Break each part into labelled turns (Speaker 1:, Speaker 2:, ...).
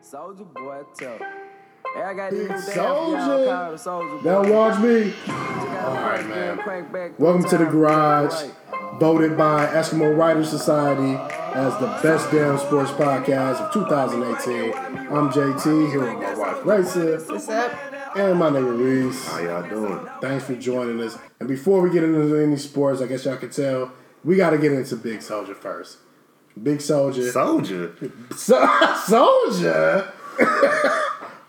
Speaker 1: Soldier boy tough. Hey, I got this
Speaker 2: Big
Speaker 1: new dance for y'all
Speaker 2: Soulja.
Speaker 1: called Soulja
Speaker 2: Now
Speaker 1: Boy.
Speaker 2: watch me.
Speaker 1: You gotta
Speaker 2: All right,
Speaker 1: press
Speaker 2: man.
Speaker 1: and crank back three
Speaker 2: Welcome to the
Speaker 1: times.
Speaker 2: garage,
Speaker 1: Right.
Speaker 2: voted by Eskimo Writers Society as the best damn sports podcast of 2018. I'm JT here with my wife Raisa
Speaker 3: What's up?
Speaker 2: and my nigga Reese.
Speaker 3: How y'all doing?
Speaker 2: Thanks for joining us. And before we get into any sports, I guess y'all can tell we got to get into Big Soldier first. Big Soldier,
Speaker 3: Soldier.
Speaker 2: so- Soldier.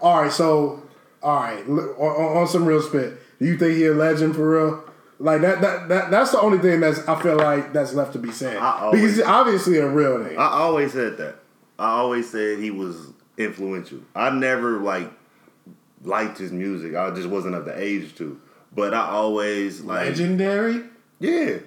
Speaker 2: all right, so all right, l- on, on some real spit. Do you think he a legend for real? Like that, that, that that's the only thing that's I feel like that's left to be said.
Speaker 3: I always-
Speaker 2: because he's obviously a real name.
Speaker 3: I always said that. I always said he was influential. I never like liked his music. I just wasn't of the age to. But I always like
Speaker 2: Legendary.
Speaker 3: Yeah.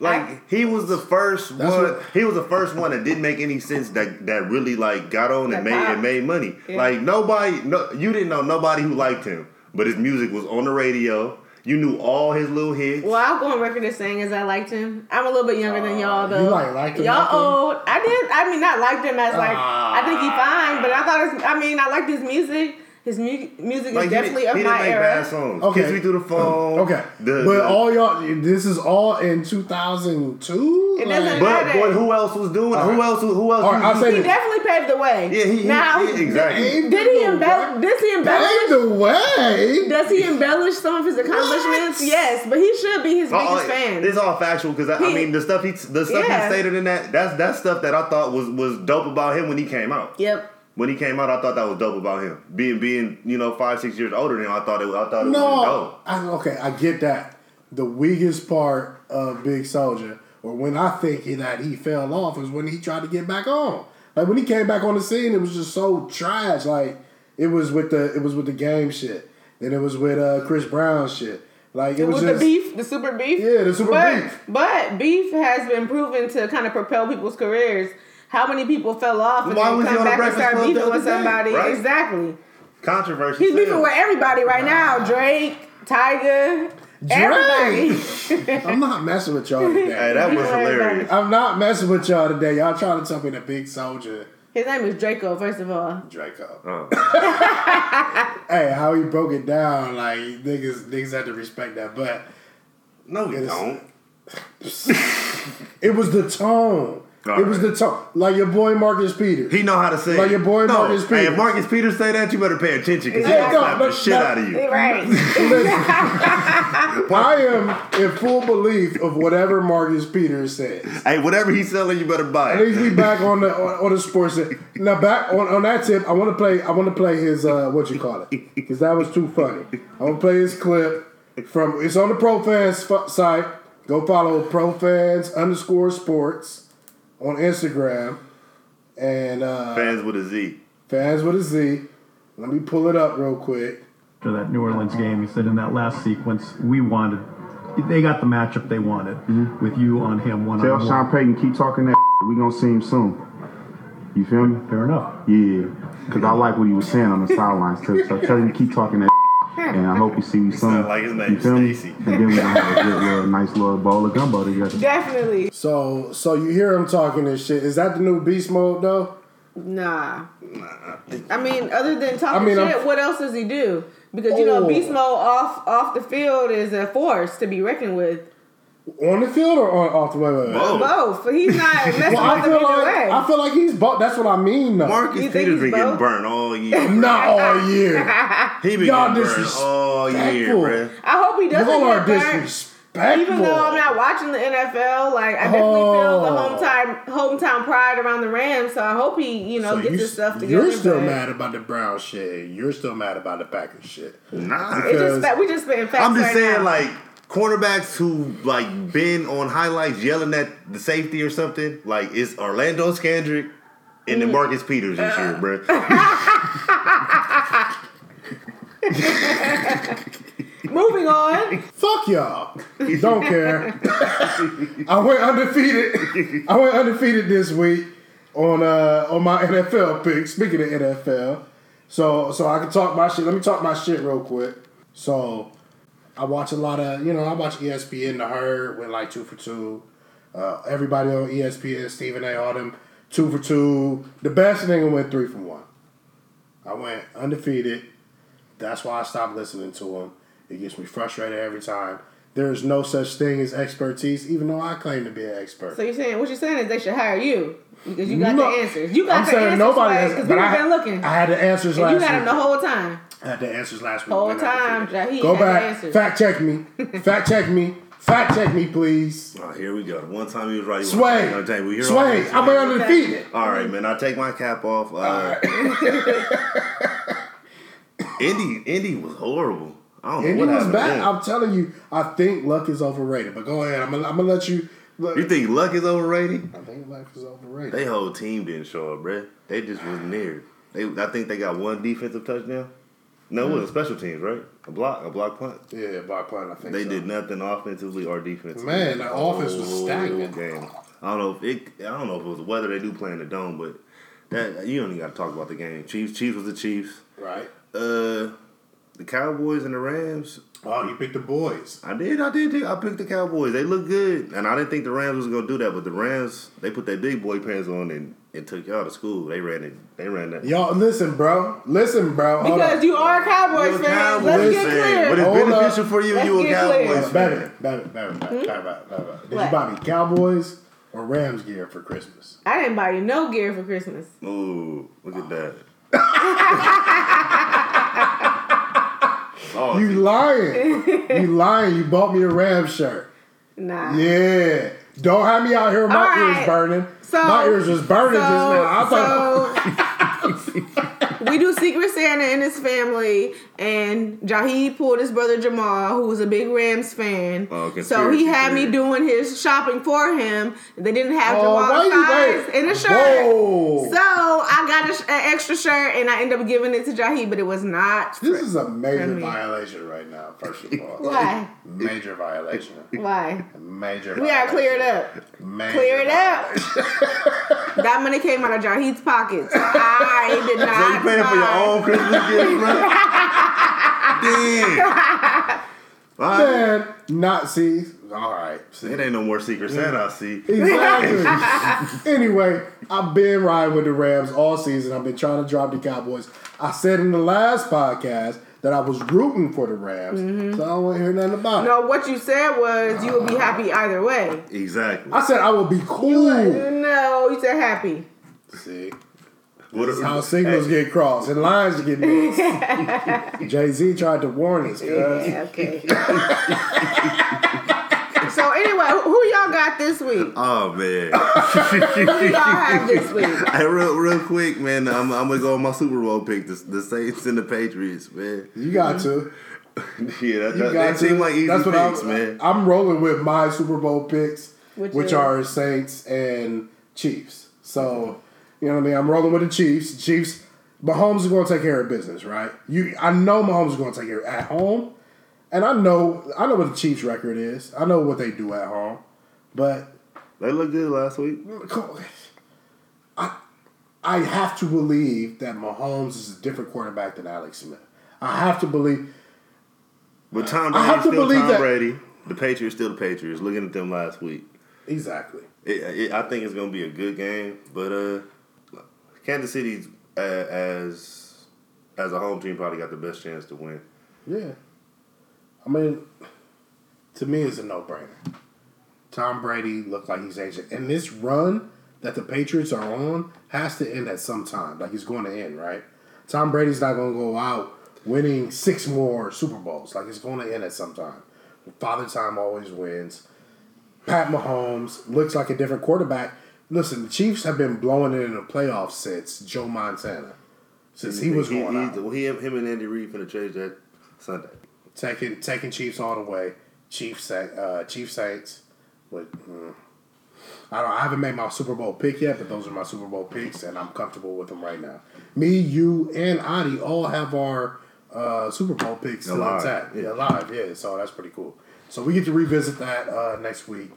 Speaker 3: Like he was the first one.
Speaker 2: That's what-
Speaker 3: he was the first one that didn't make any sense. That that really like got on and
Speaker 4: That
Speaker 3: made and
Speaker 4: popped.
Speaker 3: made money.
Speaker 4: Yeah.
Speaker 3: Like nobody, no, you didn't know nobody who liked him, but his music was on the radio. You knew all his little hits.
Speaker 4: Well, I'll go on record as saying as I liked him. I'm a little bit younger than y'all
Speaker 3: Uh,
Speaker 4: though.
Speaker 2: you like liked him, liked him?
Speaker 4: Y'all old. I did. I mean, not liked him as like. I think he fine, but I thought. His, I mean, I liked his music. His mu- music
Speaker 3: Like, he
Speaker 4: is
Speaker 3: didn't-
Speaker 4: definitely of
Speaker 3: he didn't
Speaker 4: my
Speaker 3: make
Speaker 4: era.
Speaker 3: bad songs.
Speaker 2: Okay.
Speaker 3: Kiss me through the phone.
Speaker 2: Okay,
Speaker 3: Oh, The-
Speaker 2: but
Speaker 3: the-
Speaker 2: all y'all, this is all in 2002.
Speaker 4: It doesn't-
Speaker 3: But boy, who else was doing? it? Who
Speaker 2: Alright.
Speaker 3: else? was- Who else?
Speaker 2: All right,
Speaker 3: was-
Speaker 2: I'll say
Speaker 4: He
Speaker 2: this.
Speaker 4: definitely paved the way.
Speaker 3: yeah, he, he-
Speaker 4: now,
Speaker 3: yeah, exactly.
Speaker 2: Ain't
Speaker 4: did he
Speaker 2: no
Speaker 4: embellish? Does he
Speaker 2: Paved
Speaker 4: embellish?
Speaker 2: the way.
Speaker 4: Does he embellish some of his accomplishments? Yes, but he should be his
Speaker 3: All-
Speaker 4: biggest fan.
Speaker 3: Oh, It's all factual because I, I
Speaker 4: He-
Speaker 3: mean the stuff he the stuff
Speaker 4: Yeah.
Speaker 3: he stated in that that's that's stuff that I thought was was dope about him when he came out.
Speaker 4: yep.
Speaker 3: When he came out, I thought that was dope about him being being you know five six years older than him. I thought it was- I thought it was
Speaker 2: No,
Speaker 3: dope.
Speaker 2: I, okay, I get that. The weakest part of Big Soldier, or when I think he- that he fell off, was when he tried to get back on. Like when he came back on the scene, it was just so trash. Like it was with the it was with the game shit. Then it was with uh, Chris Brown shit. Like it, was
Speaker 4: with
Speaker 2: just
Speaker 4: the beef, the super beef.
Speaker 2: Yeah, the super
Speaker 4: but,
Speaker 2: beef.
Speaker 4: But beef has been proven to kind of propel people's careers. How many people fell off and
Speaker 3: Why
Speaker 4: then
Speaker 3: was he on
Speaker 4: come
Speaker 3: the
Speaker 4: back and
Speaker 3: Breakfast
Speaker 4: start
Speaker 3: Club
Speaker 4: beefing
Speaker 3: the other
Speaker 4: with
Speaker 3: day,
Speaker 4: somebody?
Speaker 3: right?
Speaker 4: Exactly.
Speaker 3: Controversy.
Speaker 4: He's beefing
Speaker 3: still.
Speaker 4: with everybody right now. Drake, Tiger, everybody.
Speaker 2: I'm not messing with y'all
Speaker 3: Hey,
Speaker 2: today.
Speaker 3: that was
Speaker 4: He's with
Speaker 3: hilarious.
Speaker 4: everybody.
Speaker 2: I'm not messing with y'all today. Y'all trying to tell me that Big Soldier
Speaker 4: His name is Draco. First of all,
Speaker 2: Draco.
Speaker 3: Uh,
Speaker 2: Hey, how he broke it down, like niggas niggas had to respect that. But
Speaker 3: no, we
Speaker 2: It is-
Speaker 3: don't.
Speaker 2: It was the tone.
Speaker 3: All
Speaker 2: it was
Speaker 3: right.
Speaker 2: the tone. Like your boy Marcus Peters.
Speaker 3: He know how to sing.
Speaker 2: Like your boy
Speaker 3: no.
Speaker 2: Marcus
Speaker 3: Hey, if
Speaker 2: Peters.
Speaker 3: Marcus Peters say that, you better pay attention because
Speaker 4: Yeah,
Speaker 3: he'll
Speaker 4: no,
Speaker 3: slap
Speaker 2: no,
Speaker 3: the shit
Speaker 2: no.
Speaker 3: out of you.
Speaker 4: right?
Speaker 2: Listen, I am in full belief of whatever Marcus Peters says.
Speaker 3: Hey, whatever he's selling, you better buy
Speaker 2: At least
Speaker 3: it.
Speaker 2: we back on the on, on the sports. end. Now back on, on that tip, I want to play. I want to play his uh, what you call it because that was too funny. I want to play his clip from. It's on the ProFans f- site. Go follow ProFans underscore sports on Instagram and uh,
Speaker 3: Fans with a Z.
Speaker 2: fans with a Z. Let me pull it up real quick.
Speaker 5: after that New Orleans game. He said in that last sequence, we wanted, they got the matchup they wanted with you on him one
Speaker 3: Uh,
Speaker 6: Tell
Speaker 5: on
Speaker 6: Sean
Speaker 5: one.
Speaker 6: Payton, keep talking that. We gonna see him soon. You feel me?
Speaker 5: Fair enough.
Speaker 6: Yeah. Cause I like what he was saying on the sidelines too. So tell him to keep talking that. And I hope you see me soon.
Speaker 3: sound like his name
Speaker 6: you feel me?
Speaker 3: Stacy.
Speaker 6: And then we gonna have a good little, nice little bowl of gumbo together.
Speaker 4: Definitely.
Speaker 2: So, so you hear him talking this shit. Is that the new beast mode though?
Speaker 4: Nah. I mean, other than talking
Speaker 2: I mean,
Speaker 4: shit,
Speaker 2: I'm-
Speaker 4: what else does he do? Because you know,
Speaker 2: Oh.
Speaker 4: Beast Mode off off the field is a force to be reckoned with.
Speaker 2: On the field or on, off the way? Wait, wait.
Speaker 3: Both.
Speaker 4: Both. but He's not messing
Speaker 2: Well, I
Speaker 4: with them
Speaker 2: feel
Speaker 4: either
Speaker 2: like
Speaker 4: way.
Speaker 2: I feel like he's both. That's what I mean though.
Speaker 3: Marcus
Speaker 4: You think
Speaker 3: Peters
Speaker 4: he's
Speaker 3: been getting
Speaker 4: both?
Speaker 3: burnt all year.
Speaker 2: Not all year.
Speaker 3: He been
Speaker 2: Y'all
Speaker 3: getting burnt all year,
Speaker 2: disrespectful.
Speaker 3: bruh.
Speaker 4: I hope he doesn't
Speaker 2: Y'all are
Speaker 4: get burnt.
Speaker 2: disrespectful.
Speaker 4: Even though I'm not watching the NFL, like I definitely feel the
Speaker 2: Oh.
Speaker 4: hometown hometown pride around the Rams. So I hope he, you know,
Speaker 2: So
Speaker 4: gets
Speaker 2: you,
Speaker 4: his stuff together.
Speaker 2: you're still
Speaker 4: but
Speaker 2: mad about the Brown shit. You're still mad about the Packers shit.
Speaker 3: Nah.
Speaker 4: It's
Speaker 2: because-
Speaker 4: just that we just spitting facts.
Speaker 3: I'm just
Speaker 4: right
Speaker 3: saying,
Speaker 4: now.
Speaker 3: like cornerbacks who like been on highlights yelling at the safety or something. Like it's Orlando Scandrick and
Speaker 4: Mm.
Speaker 3: then Marcus Peters this year, bruh.
Speaker 4: moving on.
Speaker 2: Fuck y'all. Don't care. I went undefeated. I went undefeated this week on uh on my NFL pick. Speaking of NFL, so so I can talk my shit. Let me talk my shit real quick. So I watch a lot of you know I watch E ESPN. The Herd went like two for two. Uh, everybody on ESPN, Stephen A. All them two for two. The best nigga went three for one. I went undefeated. That's why I stopped listening to him. It gets me frustrated every time. There is no such thing as expertise, even though I claim to be an expert.
Speaker 4: So you're saying what you're saying is they should hire you because you got
Speaker 2: No.
Speaker 4: the answers. You got
Speaker 2: I'm
Speaker 4: the
Speaker 2: saying
Speaker 4: answers
Speaker 2: nobody has-
Speaker 4: because
Speaker 2: but
Speaker 4: we've
Speaker 2: I-
Speaker 4: been looking.
Speaker 2: I had the answers
Speaker 4: and
Speaker 2: last
Speaker 4: you had
Speaker 2: week.
Speaker 4: them the whole time.
Speaker 2: I had the answers last week.
Speaker 4: Whole
Speaker 2: when I
Speaker 4: time,
Speaker 2: defeated.
Speaker 4: Jaheed
Speaker 2: Go
Speaker 4: had the
Speaker 2: back.
Speaker 4: answers.
Speaker 2: Fact check me. Fact check me. Fact check me, please.
Speaker 3: Oh, here we go. One time he was right. he was right.
Speaker 2: Sway.
Speaker 3: Another time we hear all
Speaker 2: Sway.
Speaker 3: this.
Speaker 2: I'm way undefeated.
Speaker 3: All right, man. I take my cap off. Uh, Indy, Indy was horrible. I don't
Speaker 2: And
Speaker 3: know
Speaker 2: he
Speaker 3: what
Speaker 2: was
Speaker 3: happened. to
Speaker 2: back.
Speaker 3: him.
Speaker 2: I'm telling you, I think luck is overrated. But go ahead. I'm gonna, I'm gonna let you. Look,
Speaker 3: You think luck is overrated?
Speaker 2: I think luck is overrated.
Speaker 3: They whole team didn't show up, bruh. They just wasn't there. They, I think they got one defensive touchdown. No,
Speaker 2: Mm.
Speaker 3: it was special teams, right? A block, a block punt.
Speaker 2: yeah, by playing, I think
Speaker 3: They
Speaker 2: so.
Speaker 3: did nothing offensively or defensively.
Speaker 2: Man, the offense was
Speaker 3: Whole
Speaker 2: stagnant.
Speaker 3: Game. I don't know if it. I don't know if it was the weather they do play in the dome, but that you don't even got to talk about the game. Chiefs, Chiefs was the Chiefs.
Speaker 2: Right.
Speaker 3: Uh, the Cowboys and the Rams.
Speaker 2: Oh, you picked the boys.
Speaker 3: I did, I did, I picked the Cowboys. They look good, and I didn't think the Rams was gonna do that, but the Rams they put their big boy pants on and, and took y'all to school. They ran it. They ran that.
Speaker 2: Y'all, listen, bro. Listen, bro. Hold
Speaker 4: Because
Speaker 2: up.
Speaker 4: you are a Cowboys
Speaker 3: You a
Speaker 4: fan.
Speaker 3: Cowboys
Speaker 4: Let's get
Speaker 3: fan,
Speaker 4: clear.
Speaker 3: But it's
Speaker 2: Hold up.
Speaker 3: beneficial for you.
Speaker 4: Let's
Speaker 3: you a
Speaker 4: get clear.
Speaker 3: Cowboys
Speaker 2: Wait, baby,
Speaker 3: fan.
Speaker 2: baby, baby, baby, baby, baby. Did you
Speaker 4: Hmm? What?
Speaker 2: buy me Cowboys or Rams gear for Christmas?
Speaker 4: I didn't buy you no gear for Christmas.
Speaker 3: Ooh, look at that. oh,
Speaker 2: You lying. you lying. You bought me a Rams shirt.
Speaker 4: Nah.
Speaker 2: Yeah. Don't have me out here with my
Speaker 4: All right.
Speaker 2: ears burning.
Speaker 4: So
Speaker 2: my ears was burning just now. I thought
Speaker 4: so- we do Secret Santa and his family, and Jaheed pulled his brother Jamal, who was a big Rams fan.
Speaker 3: Oh, okay,
Speaker 4: so
Speaker 3: conspiracy
Speaker 4: he had me
Speaker 3: theory.
Speaker 4: doing his shopping for him. They didn't have
Speaker 2: Oh, why
Speaker 4: Jamal's
Speaker 2: you
Speaker 4: size
Speaker 2: wait?
Speaker 4: in a shirt.
Speaker 2: Whoa.
Speaker 4: So I got a sh- an extra shirt, and I ended up giving it to Jaheed, but it was not.
Speaker 2: this is a major
Speaker 4: me.
Speaker 2: violation right now, first of all.
Speaker 4: Why?
Speaker 2: Major violation.
Speaker 4: Why?
Speaker 2: Major
Speaker 4: We gotta clear it up. Clear it up. that money came out of Jaheed's pockets. I did not.
Speaker 3: So you paying for your
Speaker 4: buy-
Speaker 3: own Christmas gift, bro? Damn. All right.
Speaker 2: Man, Nazis. All right. See.
Speaker 3: It ain't no more Secret Santa, I see.
Speaker 2: Exactly. anyway, I've been riding with the Rams all season. I've been trying to drop the Cowboys. I said in the last podcast that I was rooting for the Rams,
Speaker 4: Mm-hmm.
Speaker 2: so I don't want to hear nothing about it.
Speaker 4: No, what you said was you would be happy either way.
Speaker 3: Exactly.
Speaker 2: I said I would be cool.
Speaker 4: No, you said happy.
Speaker 2: See
Speaker 3: What a-
Speaker 2: how signals get crossed and lines get missed. Jay Z tried to warn us. cuz.
Speaker 4: Yeah, okay. so anyway, who- who y'all got this week?
Speaker 3: Oh man.
Speaker 4: Who y'all have this week?
Speaker 3: Hey, real, real quick, man. I'm, I'm gonna go on my Super Bowl pick. The, the Saints and the Patriots, man.
Speaker 2: You got to.
Speaker 3: Yeah, that,
Speaker 2: You
Speaker 3: that,
Speaker 2: got
Speaker 3: that seem
Speaker 2: to.
Speaker 3: like easy picks,
Speaker 2: I'm,
Speaker 3: man.
Speaker 2: I'm rolling with my Super Bowl picks,
Speaker 4: Which
Speaker 2: which,
Speaker 4: is?
Speaker 2: are Saints and Chiefs. So, you know what I mean? I'm rolling with the Chiefs. Chiefs, Mahomes is going to take care of business, right? You, I know Mahomes is going to take care at home, and I know I know what the Chiefs' record is. I know what they do at home, but
Speaker 3: They looked good last week.
Speaker 2: come on. I I have to believe that Mahomes is a different quarterback than Alex Smith. I have to believe.
Speaker 3: But Tom
Speaker 2: I
Speaker 3: Brady
Speaker 2: have to
Speaker 3: still
Speaker 2: believe
Speaker 3: Tom
Speaker 2: that-
Speaker 3: Brady. The Patriots still the Patriots. Looking at them last week,
Speaker 2: Exactly.
Speaker 3: it, it, I think it's gonna be a good game. But uh, Kansas City's uh, as as a home team probably got the best chance to win.
Speaker 2: Yeah. I mean, to me, it's a no brainer. Tom Brady looked like he's aging. And this run that the Patriots are on has to end at some time. Like, it's going to end, right? Tom Brady's not going to go out winning six more Super Bowls. Like, it's going to end at some time. Father Time always wins. Pat Mahomes looks like a different quarterback. Listen, the Chiefs have been blowing it in the playoffs since Joe Montana. Since he was going out.
Speaker 3: he, him and Andy Reid finna change that Sunday.
Speaker 2: Taking taking Chiefs all the way. Chiefs Sa- uh Chiefs Saints. But mm, I don't I haven't made my Super Bowl pick yet, but those are my Super Bowl picks and I'm comfortable with them right now. Me, you, and Adi all have our uh, Super Bowl picks still
Speaker 3: Alive.
Speaker 2: intact. Yeah, alive, yeah. So that's pretty cool. So we get to revisit that uh, next week.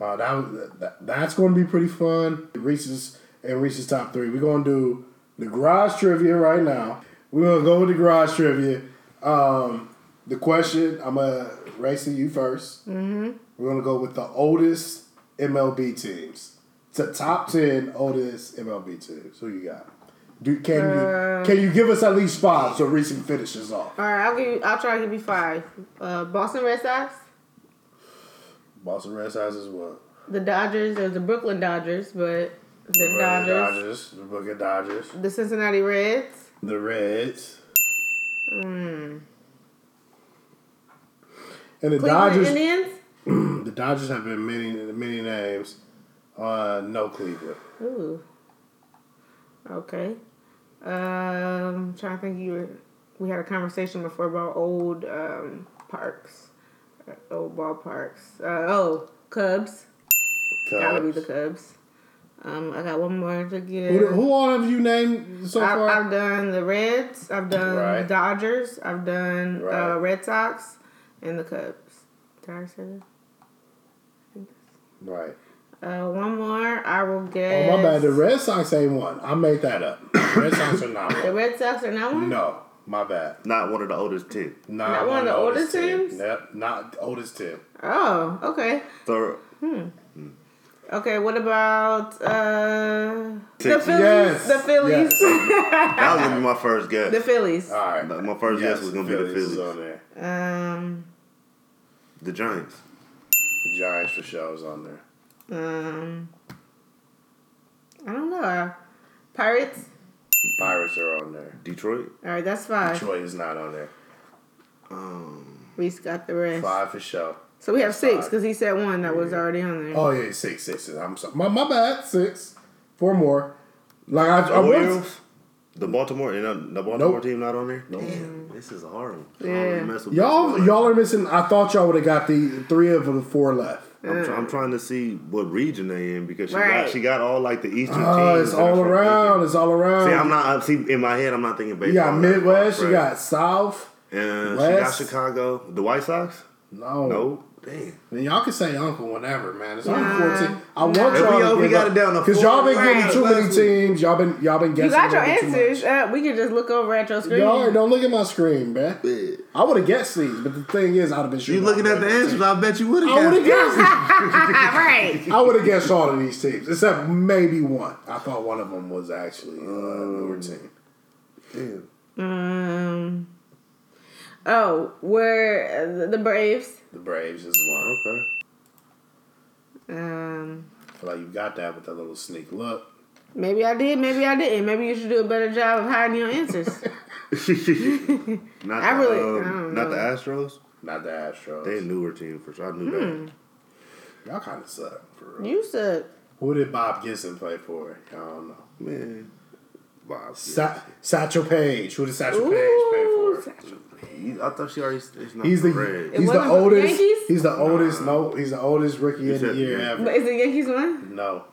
Speaker 2: Uh, that, was- that that's going to be pretty fun. Reese's and Reese's top three. We're going to do the garage trivia right now. We're going to go with the garage trivia. Um, the question I'm gonna race to you 1st we Mm-hmm. We're gonna go with the oldest MLB teams. It's the top ten oldest MLB teams. Who you got? Do, can
Speaker 4: Uh,
Speaker 2: you can you give us at least five so Reese can finish this off?
Speaker 4: All right, I'll give you. I'll try to give you five. Uh, Boston Red Sox,
Speaker 2: Boston Red Sox as well.
Speaker 4: the Dodgers, or the Brooklyn Dodgers, but the
Speaker 2: The
Speaker 4: Dodgers,
Speaker 2: Dodgers, the Brooklyn Dodgers,
Speaker 4: the Cincinnati Reds.
Speaker 2: the Reds, and the
Speaker 4: Hmm. Cleveland
Speaker 2: Dodgers.
Speaker 4: Indians.
Speaker 2: The Dodgers have been many many names. Uh, no Cleveland.
Speaker 4: Ooh. Okay. Um, trying to think. You were, we had a conversation before about old um, parks, uh, old ballparks. Uh, oh, Cubs. Gotta be the
Speaker 2: Cubs.
Speaker 4: Cubs. Um, I got one more to give.
Speaker 2: Who, who all have you named so
Speaker 4: I've,
Speaker 2: far?
Speaker 4: I've done the Reds. I've done
Speaker 2: Right.
Speaker 4: Dodgers. I've done
Speaker 2: Right.
Speaker 4: uh, Red Sox and the Cubs. Did I say that?
Speaker 2: right.
Speaker 4: Uh, one more. I will
Speaker 2: Oh
Speaker 4: get.
Speaker 2: my bad. The Red Sox ain't one. I made that up. Red Sox are not
Speaker 4: The
Speaker 2: one.
Speaker 4: Red Sox are not one.
Speaker 2: No, my bad.
Speaker 3: Not one of the oldest ten.
Speaker 2: Not,
Speaker 4: one of the oldest teams?
Speaker 2: Yep, not the oldest team.
Speaker 4: Oh, okay.
Speaker 3: Third.
Speaker 4: Okay, what about uh the
Speaker 3: Texas.
Speaker 4: Phillies?
Speaker 2: Yes.
Speaker 4: The Phillies.
Speaker 3: That was gonna be my first guess.
Speaker 4: the Phillies.
Speaker 2: All right.
Speaker 3: Like, my first guess was gonna be
Speaker 2: is
Speaker 3: the Phillies.
Speaker 2: on there.
Speaker 4: Um
Speaker 3: The Giants.
Speaker 2: The Giants for sure is on there.
Speaker 4: um I don't know. Uh, Pirates?
Speaker 2: Pirates are on there.
Speaker 3: Detroit.
Speaker 4: Alright, that's five.
Speaker 2: Detroit is not on there.
Speaker 3: Um,
Speaker 4: Reese got the rest.
Speaker 2: Five for sure.
Speaker 4: So we have six
Speaker 2: five.
Speaker 4: because he said one that was already on there.
Speaker 2: Oh yeah, six, six. six. I'm sorry. My, my bad. Six. Four more. Like I, I was.
Speaker 3: Orioles. The Baltimore and uh, the Baltimore
Speaker 2: Nope.
Speaker 3: team not on there. Damn, this is a hard one. I already
Speaker 4: Yeah.
Speaker 3: messed with
Speaker 2: Y'all,
Speaker 3: Baltimore.
Speaker 2: y'all are missing. I thought y'all would have got the three of the four left.
Speaker 3: I'm, try- I'm trying to see what region they in because she
Speaker 4: Right.
Speaker 3: got she got all like the Eastern
Speaker 2: Oh,
Speaker 3: teams.
Speaker 2: it's
Speaker 3: that are
Speaker 2: all
Speaker 3: from
Speaker 2: around. It's all around.
Speaker 3: Eastern. See, I'm not. I'm- See, in my head, I'm not thinking baseball.
Speaker 2: You got Midwest. You
Speaker 3: Right.
Speaker 2: got South.
Speaker 3: And
Speaker 2: West.
Speaker 3: she got Chicago. The White Sox?
Speaker 2: No.
Speaker 3: No. Damn.
Speaker 2: Then Oh, y'all can say Uncle whenever, man. It's
Speaker 4: Nah.
Speaker 2: only fourteen. I want
Speaker 4: Nah.
Speaker 2: y'all.
Speaker 3: If we-
Speaker 2: to
Speaker 3: we
Speaker 2: give
Speaker 3: got
Speaker 2: up-
Speaker 3: it down to
Speaker 2: Cause
Speaker 3: four.
Speaker 2: y'all been
Speaker 4: Right.
Speaker 2: getting too many
Speaker 3: Last week.
Speaker 2: teams. Y'all been y'all been guessing.
Speaker 4: you got your
Speaker 2: way too much.
Speaker 4: answers. Uh, we can just look over at your screen.
Speaker 2: Y'all don't look at my screen, man.
Speaker 3: Yeah.
Speaker 2: I would have guessed these, but the thing is, I'd have been.
Speaker 3: You
Speaker 2: shooting
Speaker 3: looking
Speaker 2: all
Speaker 3: at the
Speaker 2: these
Speaker 3: answers?
Speaker 2: teams.
Speaker 3: I bet you would
Speaker 2: I would
Speaker 3: have
Speaker 2: have
Speaker 3: guessed.
Speaker 2: guessed.
Speaker 4: right.
Speaker 2: I would have guessed all of these teams except maybe one. I thought one of them was actually uh, newer
Speaker 3: Um.
Speaker 2: team.
Speaker 3: Damn.
Speaker 4: Um Oh, were uh, the Braves.
Speaker 2: The Braves is one.
Speaker 3: Okay.
Speaker 4: Um
Speaker 2: I feel like you got that with that little sneak look.
Speaker 4: Maybe I did, maybe I didn't. Maybe you should do a better job of hiding your answers.
Speaker 3: Not
Speaker 4: I
Speaker 3: the,
Speaker 4: really-
Speaker 3: um,
Speaker 4: I don't
Speaker 3: not the
Speaker 4: know.
Speaker 3: Astros.
Speaker 2: Not the Astros.
Speaker 3: They a newer team for sure. I knew
Speaker 4: Hmm.
Speaker 3: that.
Speaker 2: Y'all kind of suck. For real.
Speaker 4: you suck.
Speaker 2: Who did Bob Gibson play for? I don't know.
Speaker 3: Man. Bob.
Speaker 2: Sa- Satchel Page. Who did Satchel
Speaker 4: Ooh,
Speaker 2: Page play for?
Speaker 3: He- I thought she already. It's not
Speaker 2: He's the
Speaker 3: red.
Speaker 2: he's
Speaker 4: wasn't
Speaker 2: the
Speaker 4: for the
Speaker 2: oldest.
Speaker 4: Yankees?
Speaker 2: he's the oldest. No, he's the oldest rookie of the
Speaker 3: said the
Speaker 2: year
Speaker 3: Yankees.
Speaker 2: ever.
Speaker 4: But is the Yankees one?
Speaker 2: No.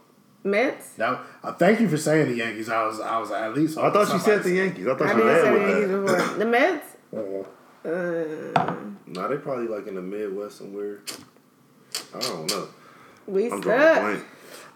Speaker 4: Mets?
Speaker 2: That, uh, thank you for saying the Yankees. I was I was at least.
Speaker 3: I thought she said the Yankees. I thought
Speaker 4: I
Speaker 3: she
Speaker 4: didn't say
Speaker 3: ran
Speaker 4: the
Speaker 3: with that.
Speaker 4: Yankees before. The Mets?
Speaker 2: Yankees.
Speaker 4: Uh,
Speaker 3: Nah, they probably like in the Midwest somewhere. I don't know.
Speaker 4: we
Speaker 3: I'm drawing a
Speaker 4: suck.
Speaker 3: blank.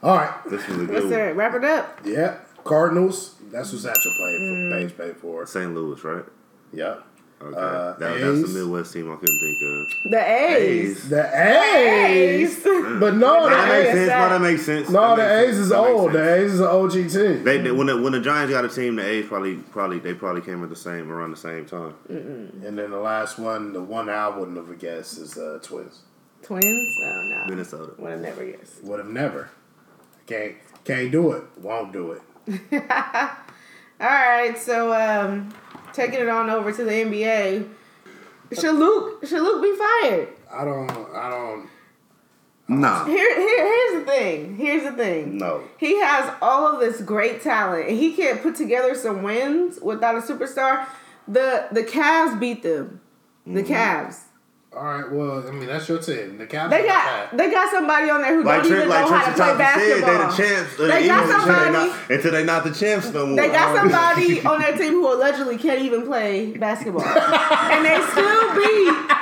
Speaker 2: All right.
Speaker 3: This was a
Speaker 4: What's
Speaker 3: good one.
Speaker 4: that? Wrap it up.
Speaker 2: Yeah. Cardinals. That's who Satchel played for. Page played for.
Speaker 3: St. Louis, right?
Speaker 2: Yep.
Speaker 3: Okay.
Speaker 2: Uh,
Speaker 3: that, that's
Speaker 2: A's.
Speaker 3: the Midwest team I couldn't think of.
Speaker 4: The A's.
Speaker 3: A's.
Speaker 2: The A's.
Speaker 4: A's.
Speaker 2: But no,
Speaker 3: That
Speaker 2: the
Speaker 3: makes
Speaker 2: A's.
Speaker 3: sense. No, that makes sense.
Speaker 2: No,
Speaker 3: That makes
Speaker 2: the A's
Speaker 3: sense.
Speaker 2: is
Speaker 3: That makes
Speaker 2: old.
Speaker 3: sense.
Speaker 2: The A's is an OG team.
Speaker 3: They, they, when, the, when the Giants got a team, the A's probably probably they probably came at the same around the same time.
Speaker 2: And then the last one, the one I wouldn't have guessed is uh, Twins.
Speaker 4: Twins? Oh, no.
Speaker 3: Minnesota.
Speaker 4: Would have never guessed.
Speaker 2: Would have never. Can't can't do it. Won't do it.
Speaker 4: All right, so um, taking it on over to the NBA. Should Luke, should Luke be fired?
Speaker 2: I don't. I don't.
Speaker 3: Nah,
Speaker 4: Here, here, here's the thing. Here's the thing.
Speaker 3: no.
Speaker 4: He has all of this great talent. and He can't put together some wins without a superstar. The the Cavs beat them. The
Speaker 3: Mm-hmm.
Speaker 4: Cavs.
Speaker 2: All right. Well, I mean that's your team. The Cavs.
Speaker 4: They got they got somebody on there who
Speaker 3: Like
Speaker 4: don't
Speaker 3: Trent,
Speaker 4: even
Speaker 3: like
Speaker 4: know how to
Speaker 3: Tristan
Speaker 4: play
Speaker 3: Thompson said, they
Speaker 4: basketball.
Speaker 3: the champs.
Speaker 4: They
Speaker 3: even
Speaker 4: got
Speaker 3: until
Speaker 4: somebody-
Speaker 3: not, until they not the champs no more.
Speaker 4: They got
Speaker 3: I don't-
Speaker 4: somebody on their team who allegedly can't even play basketball, and they still beat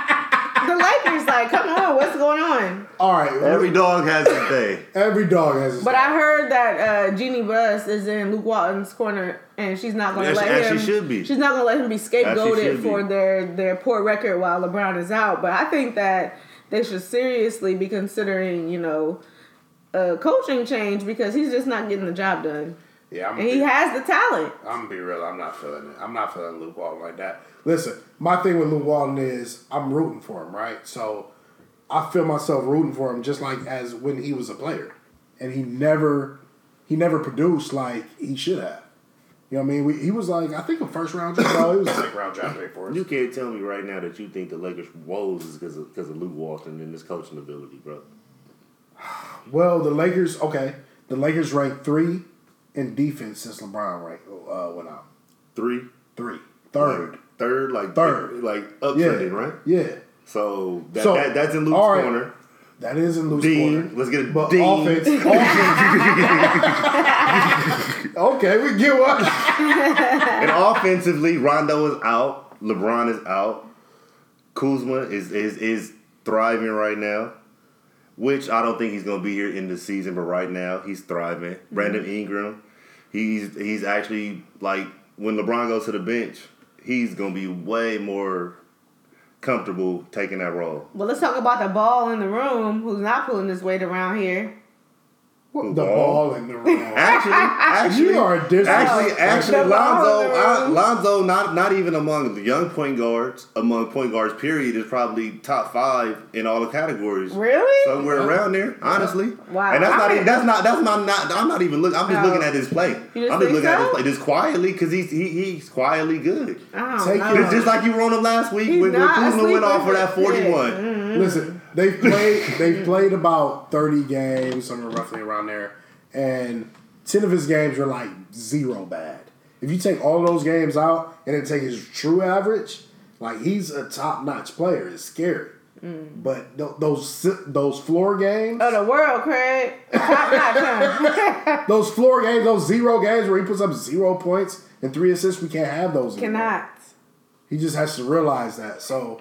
Speaker 4: the Lakers. Like, come on, what's going on?
Speaker 2: All right. Every,
Speaker 3: Every dog has his day.
Speaker 2: every dog has. His
Speaker 4: But I heard that uh, Jeannie Buss is in Luke Walton's corner, and she's not going to
Speaker 3: As-
Speaker 4: let
Speaker 3: as she
Speaker 4: him.
Speaker 3: should be.
Speaker 4: She's not going to let him be
Speaker 3: should
Speaker 4: scapegoated
Speaker 3: be.
Speaker 4: for their their poor record while LeBron is out. But I think that they should seriously be considering, you know, a coaching change because he's just not getting the job done.
Speaker 7: Yeah, I'm
Speaker 4: And he has the talent.
Speaker 7: I'm gonna be real. I'm not feeling it. I'm not feeling Luke Walton like that.
Speaker 2: Listen, my thing with Luke Walton is I'm rooting for him, right? So I feel myself rooting for him just like as when he was a player. And he never he never produced like he should have. You know what I mean? We, he was like, I think a first round draft. No, he was like,
Speaker 7: Like round draft pick for us.
Speaker 3: You can't tell me right now that you think the Lakers' woes is because of, 'cause of Luke Walton and his coaching ability, bro.
Speaker 2: well, the Lakers, okay. The Lakers ranked three in defense since LeBron ranked, uh, went out.
Speaker 3: Three,
Speaker 2: Three. Third.
Speaker 3: third, like
Speaker 2: Third.
Speaker 3: like uptrending,
Speaker 2: Yeah.
Speaker 3: right?
Speaker 2: Yeah.
Speaker 3: So, that,
Speaker 2: So,
Speaker 3: that that's in Luke's
Speaker 2: all right.
Speaker 3: corner.
Speaker 2: That is in loose
Speaker 3: Dean,
Speaker 2: corner.
Speaker 3: let's get a
Speaker 2: But
Speaker 3: Dean.
Speaker 2: offense, offense. okay, we get what.
Speaker 3: And offensively, Rondo is out. LeBron is out. Kuzma is is is thriving right now, which I don't think he's gonna be here in the season. But right now, he's thriving.
Speaker 2: Mm-hmm.
Speaker 3: Brandon Ingram, he's he's actually like when LeBron goes to the bench, he's gonna be way more comfortable taking that role.
Speaker 4: Well, let's talk about the ball in the room who's not pulling his weight around here.
Speaker 2: The
Speaker 3: Ball.
Speaker 2: ball in the room.
Speaker 3: Oh. Actually, actually,
Speaker 2: You are dis-
Speaker 3: actually, actually,
Speaker 4: The ball
Speaker 3: Lonzo,
Speaker 4: in the
Speaker 3: I,
Speaker 4: room.
Speaker 3: Lonzo, not not even among the young point guards, among point guards, period, is probably top five in all the categories.
Speaker 4: Really?
Speaker 3: Somewhere around there, honestly.
Speaker 4: Wow.
Speaker 3: And that's not
Speaker 4: I-
Speaker 3: even, that's not that's not, not I'm not even looking. I'm just
Speaker 4: No.
Speaker 3: looking at his play. I'm
Speaker 4: You just
Speaker 3: just
Speaker 4: think
Speaker 3: looking at
Speaker 4: so?
Speaker 3: his play just quietly because he's he, he's quietly good.
Speaker 4: I don't
Speaker 2: Take
Speaker 4: know.
Speaker 2: it.
Speaker 3: It's just like you were on him last week
Speaker 4: He's
Speaker 3: when, when
Speaker 4: not
Speaker 3: Kuzma
Speaker 4: asleep
Speaker 3: went off for
Speaker 4: with
Speaker 3: that
Speaker 4: his head.
Speaker 3: 41.
Speaker 2: Listen, they've played they've played about thirty games, somewhere roughly around there, and ten of his games were like zero bad. If you take all those games out and then take his true average, like he's a top notch player. It's scary.
Speaker 4: Mm.
Speaker 2: But th- those those floor games,
Speaker 4: of the world, Craig. Top notch, huh?
Speaker 2: those floor games, those zero games where he puts up zero points and three assists, we can't have those. anymore.
Speaker 4: Cannot.
Speaker 2: He just has to realize that. So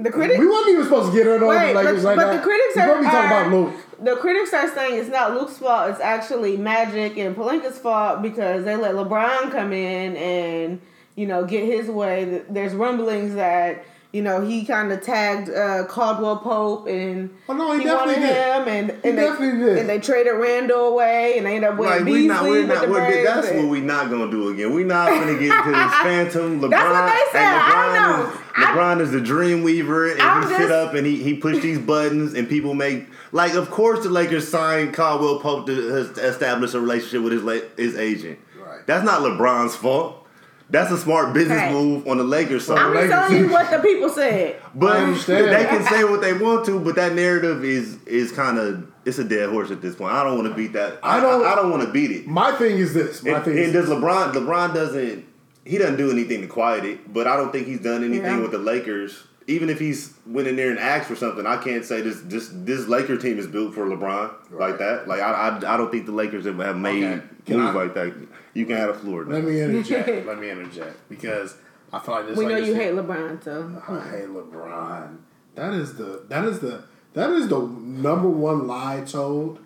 Speaker 4: The critics.
Speaker 2: we wasn't even supposed to get in on
Speaker 4: Wait,
Speaker 2: the Lakers like
Speaker 4: but, but
Speaker 2: that.
Speaker 4: the critics
Speaker 2: We're
Speaker 4: are,
Speaker 2: gonna be talking
Speaker 4: are-
Speaker 2: about Luke.
Speaker 4: The critics are saying it's not Luke's fault. It's actually Magic and Palinka's fault because they let LeBron come in and you know get his way. There's rumblings that you know he kind of tagged uh, Caldwell Pope and
Speaker 2: Oh, no, he definitely
Speaker 4: wanted
Speaker 2: did.
Speaker 4: him and and they,
Speaker 2: definitely did.
Speaker 4: and they traded Randall away and they ended up with
Speaker 3: Like
Speaker 4: Beasley
Speaker 3: we not, we're
Speaker 4: with
Speaker 3: not,
Speaker 4: the
Speaker 3: we're,
Speaker 4: Braves
Speaker 3: that's
Speaker 4: and-
Speaker 3: what we not gonna do again. We're not gonna get into this phantom LeBron.
Speaker 4: That's what they said.
Speaker 3: and LeBron
Speaker 4: I don't know.
Speaker 3: Is, LeBron is the dream weaver, and
Speaker 4: I'm
Speaker 3: he sit
Speaker 4: just-
Speaker 3: up and he, he push these buttons, and people make like. Of course, the Lakers signed Caldwell Pope to has- establish a relationship with his la- his agent.
Speaker 2: Right.
Speaker 3: That's not LeBron's fault. That's a smart business
Speaker 4: Right.
Speaker 3: move on the Lakers side.
Speaker 4: I'm just telling you what the people said.
Speaker 2: I
Speaker 3: But
Speaker 2: understand.
Speaker 3: they can say what they want to, but that narrative is is kind of it's a dead horse at this point. I don't want to beat that.
Speaker 2: I
Speaker 3: I
Speaker 2: don't-
Speaker 3: don't. I, don't want to beat it.
Speaker 2: My thing is this. My
Speaker 3: And,
Speaker 2: thing is
Speaker 3: and does LeBron? LeBron doesn't. He doesn't do anything to quiet it. But I don't think he's done anything
Speaker 4: Yeah.
Speaker 3: with the Lakers. Even if he's went in there and asked for something, I can't say this. This this Laker team is built for LeBron like that. Like I, I, I don't think the Lakers have, have made
Speaker 7: Okay. Can
Speaker 3: moves
Speaker 7: I-
Speaker 3: like that. You can have a floor.
Speaker 2: let
Speaker 3: Now.
Speaker 2: me interject.
Speaker 7: Let me interject because I feel like this.
Speaker 4: We
Speaker 7: like
Speaker 4: know you
Speaker 7: said-
Speaker 4: hate LeBron, so
Speaker 2: I hate LeBron. That is the that is the that is the number one lie told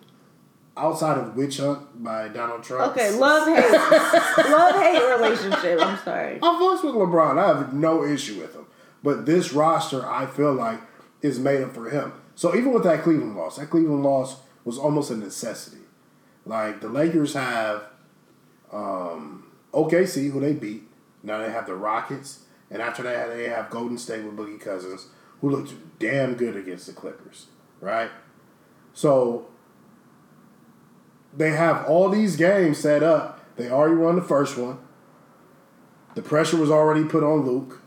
Speaker 2: outside of Witch Hunt by Donald Trump.
Speaker 4: okay, love hate, love hate relationship. I'm sorry.
Speaker 2: I fucks with LeBron. I have no issue with him. But this roster, I feel like, is made up for him. So even with that Cleveland loss, that Cleveland loss was almost a necessity. Like the Lakers have um, OKC, who they beat. Now they have the Rockets, and after that they have Golden State with Boogie Cousins, who looked damn good against the Clippers, right? So they have all these games set up. They already won the first one. The pressure was already put on Luke.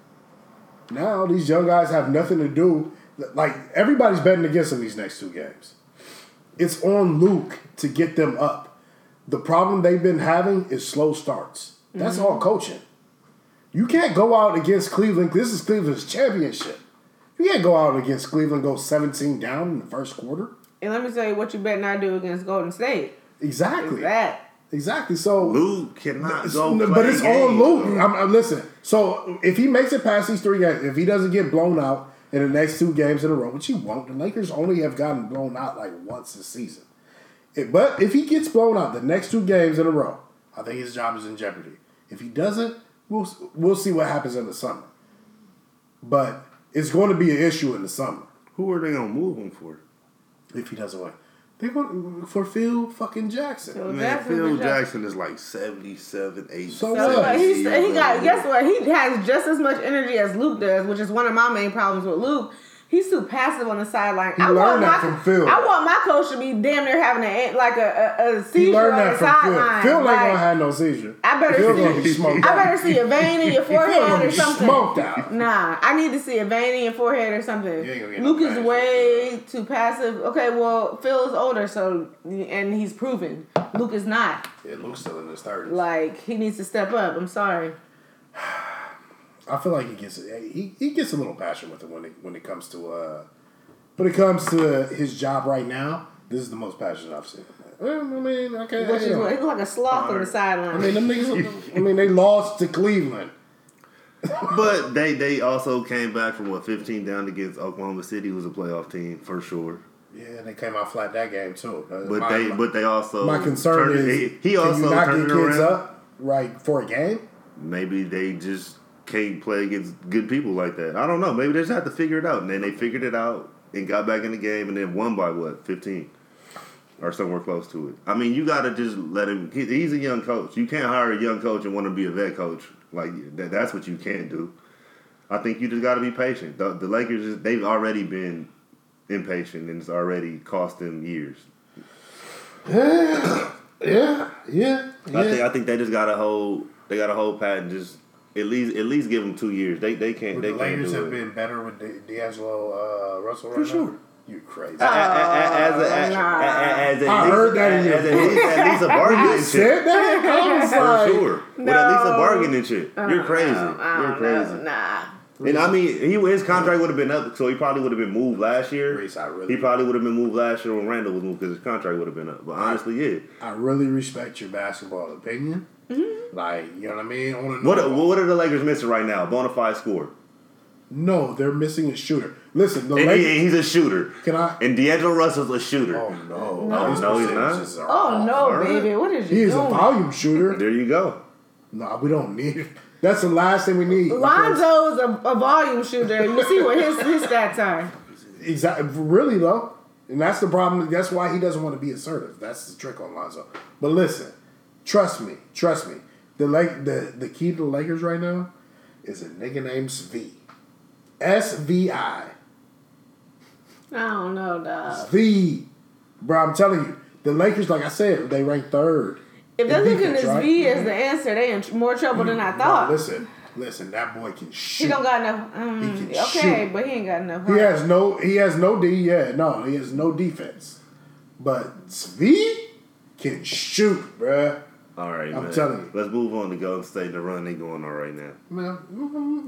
Speaker 2: Now these young guys have nothing to do. Like everybody's betting against them these next two games. It's on Luke to get them up. The problem they've been having is slow starts. That's all coaching. You can't go out against Cleveland. This is Cleveland's championship. You can't go out against Cleveland, go 17 down in the first quarter.
Speaker 4: And let me tell you what you better not do against Golden State.
Speaker 2: Exactly.
Speaker 4: Is that
Speaker 2: Exactly. So
Speaker 3: Luke cannot
Speaker 2: It's-
Speaker 3: go.
Speaker 2: no, but
Speaker 3: play
Speaker 2: it's
Speaker 3: games.
Speaker 2: all Luke. I'm, I'm- listen. So if he makes it past these three games, if he doesn't get blown out in the next two games in a row, which he won't, the Lakers only have gotten blown out like once this season. If- but if he gets blown out the next two games in a row, I think his job is in jeopardy. If he doesn't, we'll s- we'll see what happens in the summer. But it's going to be an issue in the summer
Speaker 3: Who are they gonna move him for?
Speaker 2: if he doesn't win.
Speaker 7: They're going to for Phil fucking Jackson.
Speaker 4: So
Speaker 3: Man,
Speaker 4: that's
Speaker 3: Phil
Speaker 4: Phil Jackson.
Speaker 3: Jackson is like 77, 80.
Speaker 7: So what?
Speaker 4: So what? He's,
Speaker 3: 78,
Speaker 4: he got.
Speaker 3: bro.
Speaker 4: Guess what? He has just as much energy as Luke does, which is one of my main problems with Luke. He's too passive on the sideline.
Speaker 2: He learned that
Speaker 4: my,
Speaker 2: from Phil.
Speaker 4: I want my coach to be damn near having a like a, a, a
Speaker 2: He
Speaker 4: seizure
Speaker 2: learned
Speaker 4: on
Speaker 2: that
Speaker 4: the
Speaker 2: from Phil.
Speaker 4: sideline.
Speaker 2: Phil ain't
Speaker 4: Like,
Speaker 2: gonna have no seizure.
Speaker 4: I better
Speaker 2: Phil
Speaker 4: see-
Speaker 2: gonna be smoked.
Speaker 4: I
Speaker 2: out.
Speaker 4: better see a vein in your
Speaker 2: Phil gonna
Speaker 4: forehead
Speaker 2: be
Speaker 4: or something.
Speaker 2: smoked out.
Speaker 4: Nah, I need to see a vein in your forehead or something.
Speaker 7: You ain't gonna get no
Speaker 4: Luke is
Speaker 7: vein.
Speaker 4: way too passive. Okay, well, Phil is older, so and he's proven. Luke is not.
Speaker 7: Yeah, Luke's still in his 30s.
Speaker 4: Like he needs to step up. I'm sorry.
Speaker 7: I feel like he gets he, he gets a little passion with it when it when it comes to uh
Speaker 2: But it comes to
Speaker 7: his job right now. This is the most passionate I've seen. Well, I mean, okay,
Speaker 4: Which
Speaker 7: you
Speaker 4: is
Speaker 7: know.
Speaker 4: what- he look like a sloth on the
Speaker 7: I
Speaker 4: sideline.
Speaker 7: mean, them niggas. I mean, they lost to Cleveland.
Speaker 3: But they they also came back from what 15 down against Oklahoma City, who's a playoff team for sure.
Speaker 7: Yeah, and they came out flat that game too. That's
Speaker 3: But
Speaker 7: my-
Speaker 3: they but they also
Speaker 2: my concern
Speaker 3: turned-
Speaker 2: is
Speaker 3: he, he also
Speaker 2: can you not
Speaker 3: turned
Speaker 2: get
Speaker 3: it
Speaker 2: kids
Speaker 3: around.
Speaker 2: up right for a game?
Speaker 3: Maybe they just can't play against good people like that. I don't know. Maybe they just have to figure it out. And then they figured it out and got back in the game and then won by what 15 or somewhere close to it. I mean, you got to just let him. He, he's a young coach. You can't hire a young coach and want to be a vet coach. Like that, that's what you can't do. I think you just got to be patient. The, the Lakers, just- they've already been impatient and it's already cost them years.
Speaker 7: yeah, yeah, yeah.
Speaker 3: I think I think they just got to hold. They got to hold pat and just at least at least give them two years. They they can't.
Speaker 7: But
Speaker 3: They
Speaker 7: the
Speaker 3: can't
Speaker 7: Lakers
Speaker 3: do
Speaker 7: have
Speaker 3: it.
Speaker 7: been better with D- D'Angelo uh, Russell right
Speaker 3: sure.
Speaker 7: now. You crazy?
Speaker 3: A- a- a- as a- a- a- as a-
Speaker 2: I heard that in your
Speaker 3: as a- at least a bargaining chip.
Speaker 2: Said that? I was
Speaker 3: For
Speaker 2: like,
Speaker 3: sure. With at least a
Speaker 4: No. uh,
Speaker 3: bargaining chip. You're crazy.
Speaker 4: um, I
Speaker 3: You're
Speaker 4: don't
Speaker 3: crazy.
Speaker 4: know. Nah.
Speaker 3: And I mean, he his contract would have been up, so he probably would have been moved last year.
Speaker 7: Reese, I really-
Speaker 3: He probably would have been moved last year when Randall was moved because his contract would have been up. But honestly, yeah.
Speaker 7: I really respect your basketball opinion.
Speaker 4: Mm-hmm.
Speaker 7: Like, you know what I mean? On a
Speaker 3: What
Speaker 7: normal-
Speaker 3: what are the Lakers missing right now? Bonafide score.
Speaker 2: no, they're missing a shooter. Listen, the
Speaker 3: And,
Speaker 2: Lakers.
Speaker 3: he- he's a shooter.
Speaker 2: Can I?
Speaker 3: And D'Angelo Russell's a shooter.
Speaker 7: Oh no!
Speaker 3: No.
Speaker 7: These
Speaker 3: No, he's not.
Speaker 7: percentages are
Speaker 4: Oh
Speaker 7: off.
Speaker 4: no,
Speaker 3: right.
Speaker 4: baby. What is you
Speaker 2: He is a
Speaker 4: doing?
Speaker 2: volume shooter.
Speaker 3: There you go.
Speaker 2: No, we don't need it. That's the last thing we need.
Speaker 4: Lonzo's a, a volume shooter. You see what his, his stats are.
Speaker 2: Exactly. Really though, and that's the problem. That's why he doesn't want to be assertive. That's the trick on Lonzo. But listen, trust me, trust me. The like the the key to the Lakers right now is a nigga named Svi. S V I.
Speaker 4: I don't know, dog.
Speaker 2: The bro, I'm telling you, the Lakers, like I said, they ranked third.
Speaker 4: If they're
Speaker 2: The
Speaker 4: looking
Speaker 2: defense,
Speaker 4: at
Speaker 2: right?
Speaker 4: V as the answer, they in tr- more trouble than I
Speaker 7: No,
Speaker 4: thought.
Speaker 7: listen, listen. That boy can shoot.
Speaker 4: Ah. He don't got enough. Um,
Speaker 7: He can
Speaker 4: okay,
Speaker 7: shoot.
Speaker 4: but he ain't got enough.
Speaker 2: He
Speaker 4: heart.
Speaker 2: has no he has no D, yeah, no, he has no defense. But Svi can shoot, bruh.
Speaker 3: All right,
Speaker 2: I'm
Speaker 3: man.
Speaker 2: telling you.
Speaker 3: Let's move on to Golden State. The run they going on right now.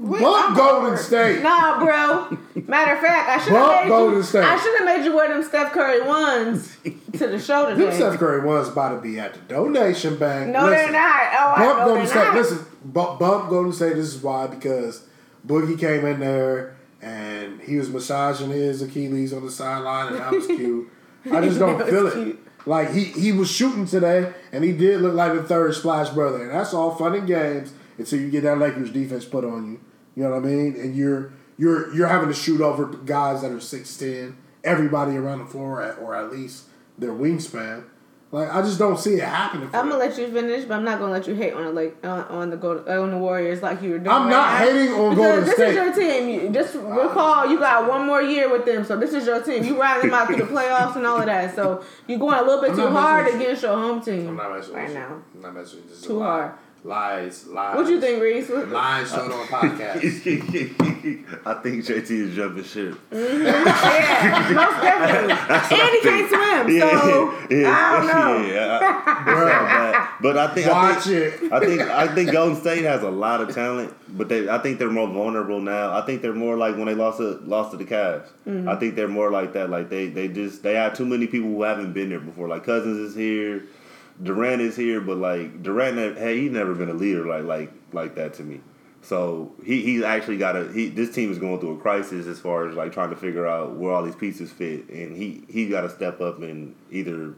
Speaker 4: Wait,
Speaker 2: Bump
Speaker 4: I'm
Speaker 2: Golden
Speaker 4: over.
Speaker 2: State.
Speaker 4: Nah, bro. Matter of fact, I should
Speaker 2: Bump
Speaker 4: have made
Speaker 2: Golden
Speaker 4: you.
Speaker 2: State.
Speaker 4: I should have made you wear them Steph Curry ones to the show
Speaker 2: Them
Speaker 4: today.
Speaker 2: Steph Curry ones about to be at the donation bank.
Speaker 4: no, they're
Speaker 2: Listen,
Speaker 4: not. Oh, I
Speaker 2: Bump
Speaker 4: know
Speaker 2: Golden
Speaker 4: they're
Speaker 2: State.
Speaker 4: not.
Speaker 2: Listen, bu- bump Golden State. This is why because Boogie came in there and he was massaging his Achilles on the sideline, and that was cute. I just don't
Speaker 4: That
Speaker 2: feel
Speaker 4: was
Speaker 2: it.
Speaker 4: cute.
Speaker 2: Like he he was shooting today, and he did look like the third splash brother, and that's all fun and games until you get that Lakers defense put on you. You know what I mean? And you're you're you're having to shoot over guys that are six ten, everybody around the floor, at, or at least their wingspan. Like I just don't see it happening. for
Speaker 4: I'm
Speaker 2: them.
Speaker 4: gonna let you finish, but I'm not gonna let you hate on the like on, on the Gold, on the Warriors like you were doing.
Speaker 2: I'm
Speaker 4: right
Speaker 2: not
Speaker 4: now.
Speaker 2: hating on
Speaker 4: Because
Speaker 2: Golden
Speaker 4: this
Speaker 2: State. Uh,
Speaker 4: is your team. You, just recall, you got one more year with them, so this is your team. You riding them out through the playoffs and all of that. So you're going a little bit too
Speaker 2: not messing
Speaker 4: hard
Speaker 2: with you.
Speaker 4: against your home team
Speaker 7: I'm not messing with
Speaker 4: right
Speaker 7: you.
Speaker 4: now.
Speaker 7: I'm not messing with you. This is
Speaker 4: Too
Speaker 7: a lie.
Speaker 4: hard.
Speaker 7: Lies, lies.
Speaker 4: What you think, Reese? What-
Speaker 7: Lies shown on podcast.
Speaker 3: I think JT is jumping ship.
Speaker 4: Yeah, most definitely. and he can't swim, so I don't know.
Speaker 3: Yeah, I- I- but I think
Speaker 2: Watch
Speaker 3: I think,
Speaker 2: it.
Speaker 3: I think I think Golden State has a lot of talent, but they I think they're more vulnerable now. I think they're more like when they lost to lost to the Cavs.
Speaker 2: Mm-hmm.
Speaker 3: I think they're more like that. Like they they just they have too many people who haven't been there before. Like Cousins is here, Durant is here, but like Durant, ne- hey, he's never been a leader like like like that to me. So he he's actually got a he. This team is going through a crisis as far as like trying to figure out where all these pieces fit, and he he got to step up and either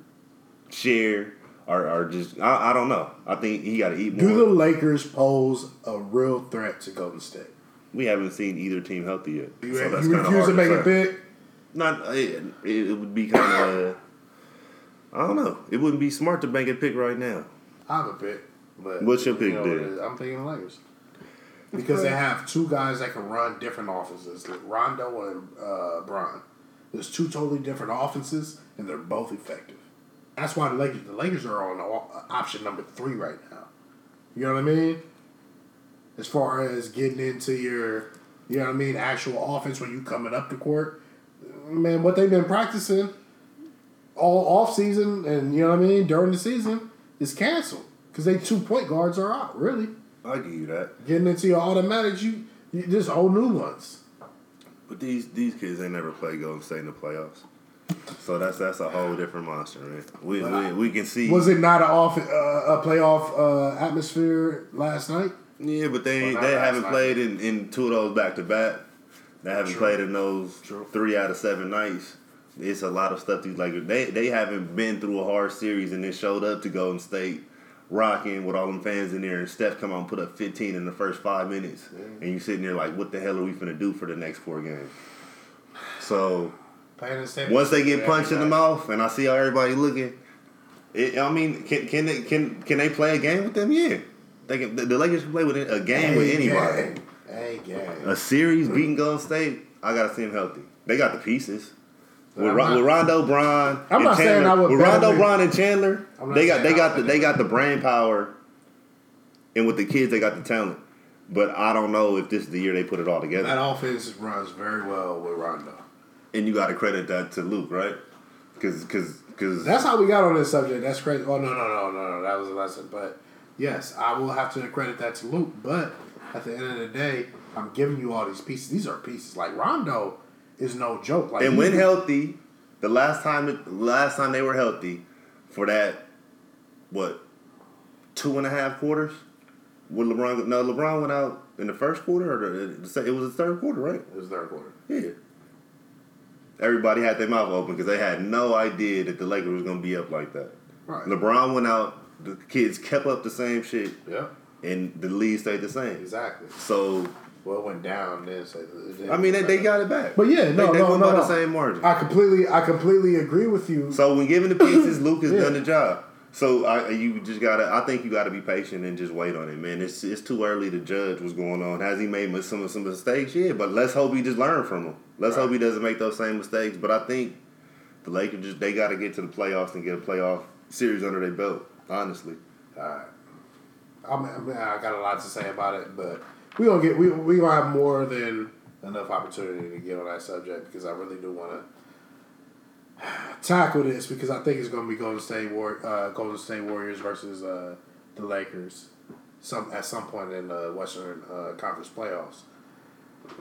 Speaker 3: share or, or just I, I don't know. I think he got to eat more.
Speaker 2: Do the Lakers pose a real threat to Golden State?
Speaker 3: we haven't seen either team healthy yet.
Speaker 2: You,
Speaker 3: so
Speaker 2: you
Speaker 3: that's kinda
Speaker 2: refuse
Speaker 3: hard
Speaker 2: to make
Speaker 3: say.
Speaker 2: it big?
Speaker 3: Not it, it would be kind of I don't know. It wouldn't be smart to bank a pick right now.
Speaker 2: I have a pick, but
Speaker 3: What's your
Speaker 2: you
Speaker 3: pick,
Speaker 2: know what
Speaker 3: dude?
Speaker 2: it is. I'm picking the Lakers because they have two guys that can run different offenses, like Rondo and uh, Bron. There's two totally different offenses, and they're both effective. That's why the Lakers, the Lakers are on o- option number three right now. You know what I mean? As far as getting into your, you know what I mean, actual offense when you coming up the court, man, what they've been practicing all off season and you know what I mean during the season is canceled because they two point guards are out. Really
Speaker 3: I give you that.
Speaker 2: getting into your automatics, you, you there's whole new ones.
Speaker 3: But these these kids ain't never play Golden State in the playoffs. So that's that's a whole different monster, man. We we, we can see.
Speaker 2: Was it not an off uh, a playoff uh, atmosphere last night?
Speaker 3: Yeah, but they
Speaker 2: Well, not
Speaker 3: they
Speaker 2: last
Speaker 3: haven't
Speaker 2: night.
Speaker 3: played in, in two of those back to back. They haven't played in those three out of seven nights. It's a lot of stuff. These like they they haven't been through a hard series and then showed up to Golden State rocking with all them fans in there and Steph come out and put up 15 in the first five minutes and you sitting there like what the hell are we gonna do for the next four games? So
Speaker 2: Playing in the same
Speaker 3: once they get punched in the mouth, and I see how everybody looking, it, I mean, can can they can can they play a game with them? Yeah, they can. The, the Lakers can play with a game with anybody.
Speaker 2: Hey, gang.
Speaker 3: A series beating Golden State, I gotta see them healthy. They got the pieces. With,
Speaker 2: I'm
Speaker 3: Ron,
Speaker 2: not-
Speaker 3: with Rondo Bron,
Speaker 2: I'm
Speaker 3: and
Speaker 2: not saying
Speaker 3: Chandler-
Speaker 2: I would
Speaker 3: with
Speaker 2: bet
Speaker 3: Rondo
Speaker 2: on it.
Speaker 3: Bron and Chandler,
Speaker 2: I'm not
Speaker 3: they got
Speaker 2: saying
Speaker 3: they
Speaker 2: I
Speaker 3: got
Speaker 2: would bet
Speaker 3: the they
Speaker 2: on
Speaker 3: got the brain power, and with the kids they got the talent. But I don't know if this is the year they put it all together.
Speaker 2: That offense runs very well with Rondo.
Speaker 3: And you got to credit that to Luke, right? Because because because
Speaker 2: That's how we got on this subject. That's crazy. Oh no no no no no. That was a lesson. But yes, I will have to credit that to Luke. But at the end of the day, I'm giving you all these pieces. These are pieces. Like Rondo is no joke. Like
Speaker 3: And
Speaker 2: he-
Speaker 3: when healthy, the last time the last time they were healthy, for that, what, two and a half quarters, when LeBron no LeBron went out in the first quarter or the, the, se- it was the third quarter, right?
Speaker 2: it was their quarter.
Speaker 3: Yeah. Everybody had their mouth open because they had no idea that the Lakers was gonna be up like that.
Speaker 2: Right.
Speaker 3: LeBron went out, the kids kept up the same shit,
Speaker 2: Yeah.
Speaker 3: and the lead stayed the same.
Speaker 2: Exactly.
Speaker 3: So
Speaker 2: Well, it went down uh, then. So then
Speaker 3: I mean, they, they got it back,
Speaker 2: But yeah,
Speaker 3: They-
Speaker 2: no,
Speaker 3: they,
Speaker 2: no,
Speaker 3: went
Speaker 2: no,
Speaker 3: by
Speaker 2: no.
Speaker 3: the same margin.
Speaker 2: I completely, I completely agree with you.
Speaker 3: So when given the pieces, Luke has
Speaker 2: Yeah.
Speaker 3: done the job. So I, you just gotta. I think you gotta be patient and just wait on it, man. It's it's too early to judge what's going on. Has he made mis- some some mistakes? Yeah, but let's hope he just learned from them. Let's hope he doesn't make those same mistakes. But I think the Lakers just they gotta get to the playoffs and get a playoff series under their belt. Honestly,
Speaker 2: I mean, I, mean, I got a lot to say about it, but we gonna get we we gonna have more than enough opportunity to get on that subject because I really do want to tackle this because I think it's gonna be Golden State War uh, Golden State Warriors versus uh, the Lakers some at some point in the Western uh, Conference playoffs.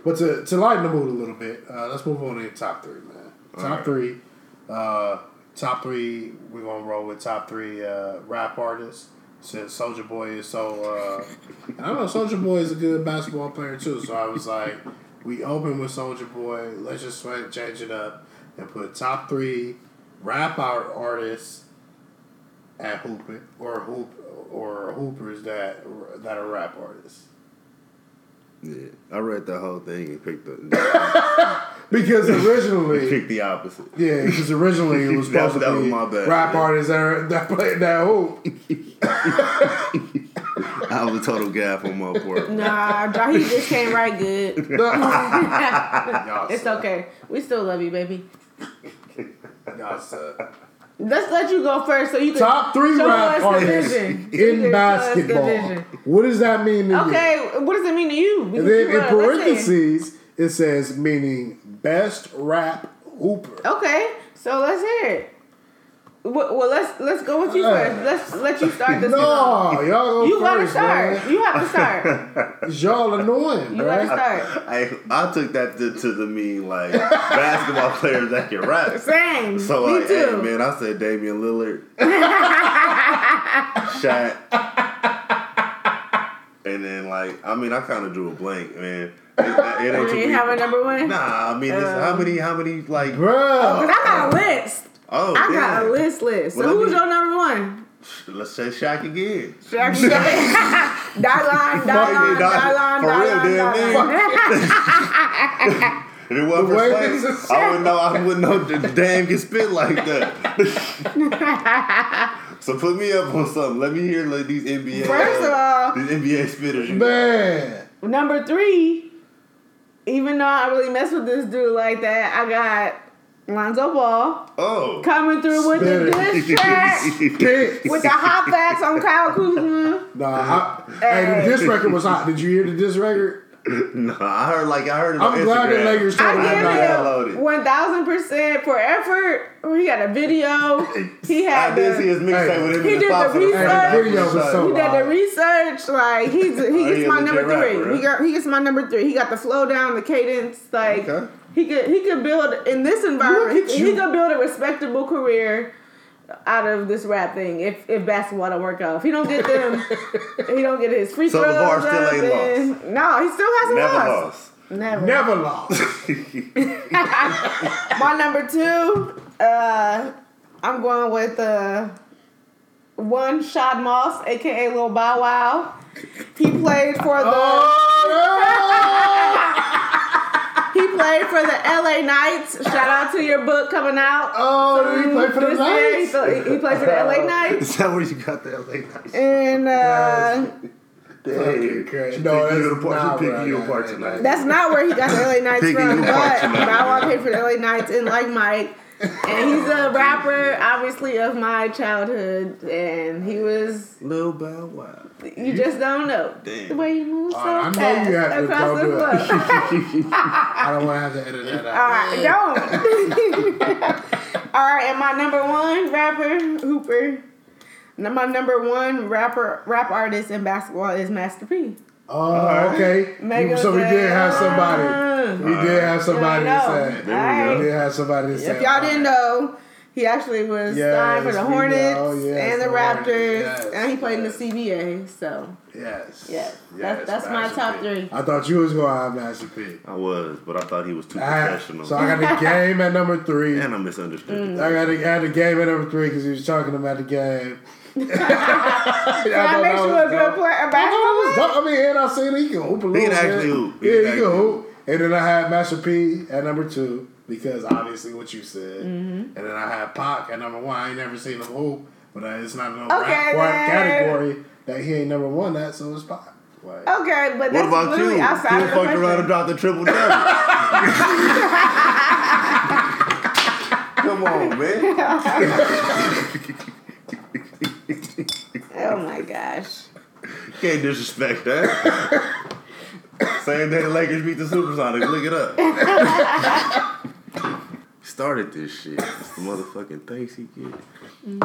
Speaker 2: But to, to lighten the mood a little bit, uh, let's move on to the top three, man. Top three, uh, top three. We're gonna roll with top three uh, rap artists since Soldier Boy is so. Uh, and I know Soldier Boy is a good basketball player too, so I was like, we open with Soldier Boy. Let's just try to change it up and put top three rap art artists at hooping or hoop or hoopers that that are rap artists.
Speaker 3: yeah. I read the whole thing and picked the
Speaker 2: Because originally,
Speaker 3: picked the opposite.
Speaker 2: Yeah, because originally it was
Speaker 3: That-
Speaker 2: supposed
Speaker 3: that
Speaker 2: to
Speaker 3: was
Speaker 2: be
Speaker 3: my bad.
Speaker 2: rap artists that, are- that played that hoop.
Speaker 3: I was a total gaff on my part.
Speaker 4: Nah, Jahi just came right good.
Speaker 2: Y'all
Speaker 4: it's
Speaker 2: suck.
Speaker 4: okay. We still love you, baby.
Speaker 2: Y'all suck.
Speaker 4: Let's let you go first so you can
Speaker 2: Top three
Speaker 4: show us
Speaker 2: rap
Speaker 4: the
Speaker 2: artists
Speaker 4: vision. So you can show us
Speaker 2: in
Speaker 4: the
Speaker 2: basketball.
Speaker 4: vision.
Speaker 2: What does that mean to you?
Speaker 4: Okay, what does it mean to you? We
Speaker 2: And
Speaker 4: can
Speaker 2: then
Speaker 4: keep
Speaker 2: in
Speaker 4: up. Let's see.
Speaker 2: parentheses, it says meaning best rap hooper.
Speaker 4: Okay, so let's hear it. Well, well let's let's go with you first. Let's let you start this. one.
Speaker 2: No, y'all go
Speaker 4: you gotta
Speaker 2: first,
Speaker 4: start.
Speaker 2: man.
Speaker 4: You have to start.
Speaker 2: Y'all annoying,
Speaker 4: You gotta
Speaker 2: man.
Speaker 4: start.
Speaker 3: I I took that to, to the mean like basketball players that can rap.
Speaker 4: Same.
Speaker 3: So
Speaker 4: Me
Speaker 3: like, hey,
Speaker 4: too.
Speaker 3: man, I said Damian Lillard, Shaq, and then like, I mean, I kind of drew a blank, man. It, it ain't
Speaker 4: Do
Speaker 3: too
Speaker 4: you have a
Speaker 3: deep.
Speaker 4: number one?
Speaker 3: Nah, I mean, it's, how many, how many, like,
Speaker 2: Bruh.
Speaker 4: Oh, 'Cause I got a list.
Speaker 3: oh,
Speaker 4: um, I got
Speaker 3: damn.
Speaker 4: a list list. So
Speaker 3: Well, I
Speaker 4: who's
Speaker 3: mean-
Speaker 4: your number one?
Speaker 3: Let's say Shaq again.
Speaker 4: Should I keep going? die line, die
Speaker 3: Fuck it,
Speaker 4: line,
Speaker 3: die-
Speaker 4: die line,
Speaker 3: for
Speaker 4: die
Speaker 3: real,
Speaker 4: line,
Speaker 3: damn
Speaker 4: die line.
Speaker 3: If it wasn't
Speaker 2: The way
Speaker 3: for
Speaker 2: this
Speaker 3: Slay,
Speaker 2: is-
Speaker 3: I wouldn't know. I wouldn't know. The damn can spit like that. so put me up on something. Let me hear like, these NBA.
Speaker 4: First of all-
Speaker 3: these NBA spitters. You
Speaker 2: Man,
Speaker 4: Number three, even though I really mess with this dude like that, I got Lonzo Ball
Speaker 3: Oh.
Speaker 4: coming through with the
Speaker 2: Spinning.
Speaker 4: diss track.
Speaker 2: Dick.
Speaker 4: With the hot facts on Kyle Kuzma,
Speaker 2: Nah, I, hey, the diss record was hot. Did you hear the diss record?
Speaker 3: no, I heard like I heard it on
Speaker 2: I'm glad
Speaker 3: Instagram.
Speaker 2: that Lakers
Speaker 4: I
Speaker 2: told him
Speaker 3: not
Speaker 2: that.
Speaker 3: downloaded.
Speaker 4: give him one thousand percent for effort. Oh, He got a video. He
Speaker 3: I
Speaker 4: had
Speaker 3: did see
Speaker 4: the,
Speaker 3: his mixtape
Speaker 2: Hey.
Speaker 3: with him in
Speaker 4: He
Speaker 3: the
Speaker 4: did the
Speaker 3: spot for
Speaker 4: research.
Speaker 3: first
Speaker 2: Hey, the video
Speaker 3: time.
Speaker 2: was so-
Speaker 4: he did the research. Like he's he
Speaker 3: Oh,
Speaker 4: gets
Speaker 3: he
Speaker 4: my
Speaker 3: a
Speaker 4: number
Speaker 3: legit
Speaker 4: three.
Speaker 3: rapper,
Speaker 4: he got he gets my number three. He got the flow down, the cadence. Like
Speaker 3: Okay.
Speaker 4: he could he could build in this environment.
Speaker 2: at
Speaker 4: He, he
Speaker 2: you.
Speaker 4: could build a respectable career out of this rap thing if if basketball don't work out. If he don't get them, if he don't get his free
Speaker 3: So
Speaker 4: throws.
Speaker 3: LeVar still
Speaker 4: up,
Speaker 3: ain't
Speaker 4: then- No, he still hasn't
Speaker 3: Never
Speaker 4: lost.
Speaker 3: lost.
Speaker 4: Never.
Speaker 2: Never lost.
Speaker 4: My number two, uh, I'm going with uh, one Shad Moss, aka Lil Bow Wow. He played for the
Speaker 2: Oh,
Speaker 4: he played for the LA Knights. Shout out to your book coming out.
Speaker 2: oh did he play for the
Speaker 4: This year, he
Speaker 2: Knights?
Speaker 4: fo- He, played for the LA Knights.
Speaker 3: Is that where you got that late night?
Speaker 4: And uh,
Speaker 3: Hey,
Speaker 2: Crash.
Speaker 3: she
Speaker 2: No,
Speaker 3: picking
Speaker 2: that's
Speaker 3: you
Speaker 2: not
Speaker 3: apart. she
Speaker 2: where I
Speaker 3: picking you
Speaker 2: got
Speaker 3: apart
Speaker 2: that
Speaker 3: tonight.
Speaker 2: night.
Speaker 4: that's not where he got the LA Knights
Speaker 3: Picking
Speaker 4: from,
Speaker 3: you apart
Speaker 4: but
Speaker 3: tonight.
Speaker 4: Bow Wow played for the LA Knights and like Mike. And he's a rapper, obviously, of my childhood. And he was
Speaker 3: Lil Bow Wow.
Speaker 4: You just don't know the way you move so
Speaker 2: I know
Speaker 4: fast
Speaker 2: you have to
Speaker 4: across
Speaker 2: go
Speaker 4: the
Speaker 2: do it.
Speaker 4: floor.
Speaker 2: I don't want to have to edit that
Speaker 4: All
Speaker 2: out.
Speaker 4: right, don't. All right, and my number one rapper, Hooper. And My number one rapper, rap artist in basketball is Master P.
Speaker 2: Oh, okay. You-
Speaker 4: uh, Megan
Speaker 2: so we
Speaker 4: said,
Speaker 2: did have somebody.
Speaker 4: "Uh,
Speaker 2: We did have somebody
Speaker 4: I
Speaker 2: to
Speaker 4: know.
Speaker 2: say.
Speaker 4: There we go.
Speaker 2: We did have somebody to say.
Speaker 4: If y'all didn't know, he actually was
Speaker 2: Yes,
Speaker 4: signed for the
Speaker 2: we know.
Speaker 4: Hornets
Speaker 2: Yes,
Speaker 4: and the
Speaker 2: the Hornets.
Speaker 4: Raptors,
Speaker 2: Yes,
Speaker 4: and he played
Speaker 2: yes.
Speaker 4: in the CBA. So,
Speaker 2: Yes.
Speaker 4: yeah, that's, that's my
Speaker 7: Master
Speaker 4: top
Speaker 7: P.
Speaker 4: three.
Speaker 2: I thought you was gonna have Master P.
Speaker 3: I was, but I thought he was too
Speaker 2: I,
Speaker 3: professional.
Speaker 2: so I got the game at number three.
Speaker 3: and I
Speaker 4: Mm.
Speaker 3: misunderstood.
Speaker 2: I got the, I had the game at number three because he was talking about the game. I
Speaker 4: Can I
Speaker 2: thought
Speaker 4: make
Speaker 2: that
Speaker 4: you
Speaker 2: was
Speaker 4: a good
Speaker 2: dope.
Speaker 4: player, a
Speaker 2: I thought
Speaker 4: basketball
Speaker 2: that was dope. I mean, and I seen he can hoop a little
Speaker 3: He can
Speaker 2: bit.
Speaker 3: actually hoop. He
Speaker 2: Yeah, he
Speaker 3: can actually
Speaker 2: can hoop. And then I had Master P at number two because obviously what you said.
Speaker 4: Mm-hmm.
Speaker 2: And then I had Pac at number one. I ain't never seen him hoop, but uh, it's not in no
Speaker 4: Okay,
Speaker 2: rap- rap
Speaker 4: then.
Speaker 2: category that he ain't number one at, so it's Pac. Like,
Speaker 4: Okay, but
Speaker 3: What
Speaker 4: that's
Speaker 3: about you?
Speaker 4: literally
Speaker 3: You
Speaker 4: outside of the
Speaker 3: fucked around and
Speaker 4: question.
Speaker 3: dropped the triple double. Come on, man.
Speaker 4: Oh my gosh.
Speaker 3: Can't disrespect that. Same day the Lakers beat the Supersonics. Look it up. Started this shit. It's the motherfucking thanks he get.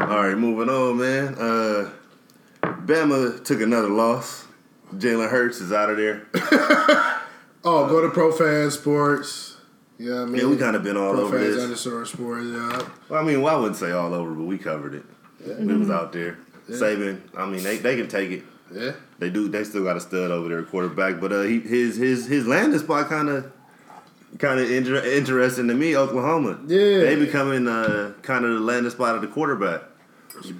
Speaker 3: All right, moving on, man. Uh, Bama took another loss. Jalen Hurts is out of there.
Speaker 2: oh, go to ProFan Sports. Yeah, I mean,
Speaker 3: Yeah, we kind of been all over
Speaker 2: ProFans
Speaker 3: this.
Speaker 2: underscore sports. Yeah,
Speaker 3: Well, I mean, well, I wouldn't say all over, but we covered it. We was out there. Saban, I mean, they, they can take it.
Speaker 2: yeah.
Speaker 3: They do. They still got a stud over there, quarterback. But uh, he, his his his landing spot kind of kind of inter- interesting to me. Oklahoma.
Speaker 2: Yeah.
Speaker 3: they becoming uh, kind of the landing spot of the quarterback.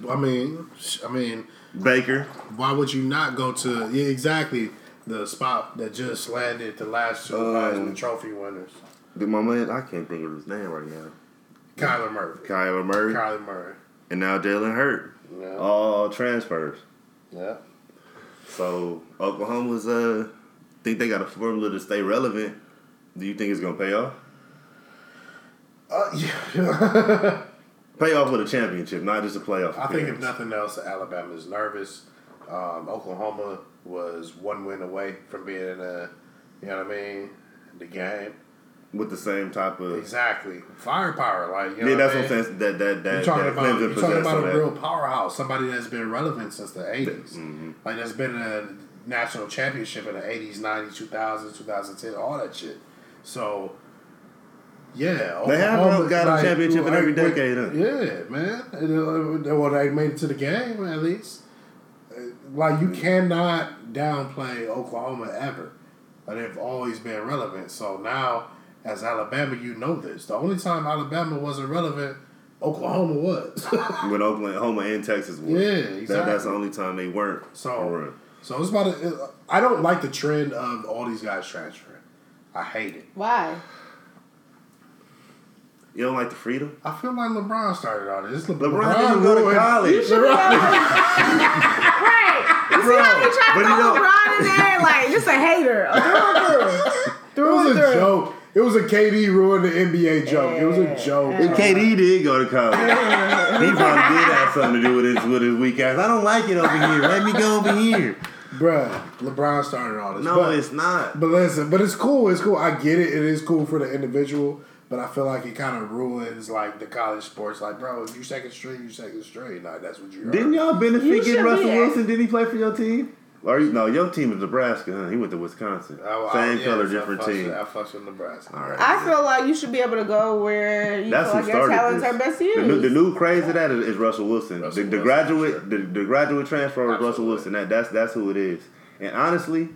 Speaker 2: I mean, sh- I mean,
Speaker 3: Baker.
Speaker 2: why would you not go to yeah, exactly the spot that just landed the last
Speaker 3: Oh.
Speaker 2: two Heisman Trophy winners,
Speaker 3: Dude, my man, I can't think of his name right now.
Speaker 2: Kyler Murray,
Speaker 3: Kyler Murray,
Speaker 2: Kyler Murray.
Speaker 3: and now Jalen Hurt.
Speaker 2: Yeah.
Speaker 3: All transfers.
Speaker 2: Yeah.
Speaker 3: So Oklahoma's uh, think they got a formula to stay relevant. Do you think it's gonna pay off?
Speaker 2: Uh, yeah.
Speaker 3: Pay off with a championship, not just a playoff.
Speaker 7: I think if
Speaker 3: appearance.
Speaker 7: nothing else, Alabama's nervous. Um, Oklahoma was one win away from being in a, you know what I mean, the game.
Speaker 3: with the same type of
Speaker 7: Exactly, firepower. Like you know
Speaker 3: yeah, that's
Speaker 7: what
Speaker 3: what
Speaker 7: I
Speaker 3: I'm
Speaker 7: mean?
Speaker 3: saying. That that that
Speaker 7: You're talking
Speaker 3: that
Speaker 7: about
Speaker 3: Clemson
Speaker 7: you're talking
Speaker 3: possessed
Speaker 7: about
Speaker 3: on
Speaker 7: a
Speaker 3: that.
Speaker 7: real powerhouse, somebody that's been relevant since the 80s
Speaker 3: Mm-hmm.
Speaker 7: Like that's been a national championship in the eighties, nineties, two thousands, two thousand ten, all that shit. So yeah,
Speaker 3: They have
Speaker 7: Oklahoma-
Speaker 3: got a championship in every
Speaker 2: like,
Speaker 3: decade, huh?
Speaker 2: Yeah, man. And, uh, Well, they made it to the game at least. Uh, Like
Speaker 3: Mm-hmm.
Speaker 2: you cannot downplay Oklahoma ever.
Speaker 7: But they've always been relevant. So now, as Alabama, you know this. The only time Alabama wasn't relevant, Oklahoma was.
Speaker 3: When Oklahoma and Texas won,
Speaker 7: Yeah,
Speaker 3: that, that's
Speaker 7: exactly.
Speaker 3: the only time they weren't.
Speaker 7: So-
Speaker 3: around.
Speaker 7: so it's about. A, I don't like the trend of all these guys transferring. I hate it.
Speaker 4: Why?
Speaker 3: You don't like the freedom?
Speaker 2: I feel like LeBron started all this. LeBron,
Speaker 3: LeBron didn't go to
Speaker 2: ruined-
Speaker 4: You
Speaker 3: college.
Speaker 4: should be Right. You see how he
Speaker 3: Bro,
Speaker 4: tried
Speaker 3: but
Speaker 4: to
Speaker 3: you
Speaker 4: throw
Speaker 3: know-
Speaker 4: LeBron in there? Like, just a hater. A
Speaker 8: It
Speaker 4: through
Speaker 8: was
Speaker 4: and through. Through and
Speaker 8: a
Speaker 4: through.
Speaker 8: joke. It was a KD ruined the NBA joke. It was a joke.
Speaker 3: And KD did go to college. he probably did have something to do with his with his weak ass. I don't like it over here. Let me go over here.
Speaker 8: Bruh.
Speaker 2: LeBron started all this.
Speaker 3: No,
Speaker 2: but
Speaker 3: it's not.
Speaker 8: But listen,
Speaker 2: but it's cool. It's cool. I get it. It is cool for the individual, but I feel like it kind of ruins like the college sports. Like, bro, if you second string, you second string. Like that's what you are.
Speaker 3: Didn't y'all
Speaker 4: You
Speaker 3: benefit
Speaker 4: should
Speaker 3: getting Russell
Speaker 4: be-
Speaker 3: Wilson? Did he play for your team? Or you- no, your team is Nebraska. Huh? He went to Wisconsin.
Speaker 2: Oh, I- I-
Speaker 3: Same
Speaker 2: yes,
Speaker 3: color,
Speaker 2: I
Speaker 3: different
Speaker 2: fucks with-
Speaker 3: team.
Speaker 2: I fucks with Nebraska.
Speaker 3: All right.
Speaker 4: I feel like you should be able to go where you
Speaker 3: That's
Speaker 4: feel
Speaker 3: who
Speaker 4: like your
Speaker 3: started
Speaker 4: talents
Speaker 3: this.
Speaker 4: are best
Speaker 3: The
Speaker 4: used.
Speaker 3: new, the new craze of that is, is Russell Wilson.
Speaker 2: Russell
Speaker 3: the, the
Speaker 2: Wilson,
Speaker 3: graduate,
Speaker 2: sure.
Speaker 3: the, the graduate transfer is Russell
Speaker 2: Absolutely.
Speaker 3: Wilson. That that's that's who it is. And honestly,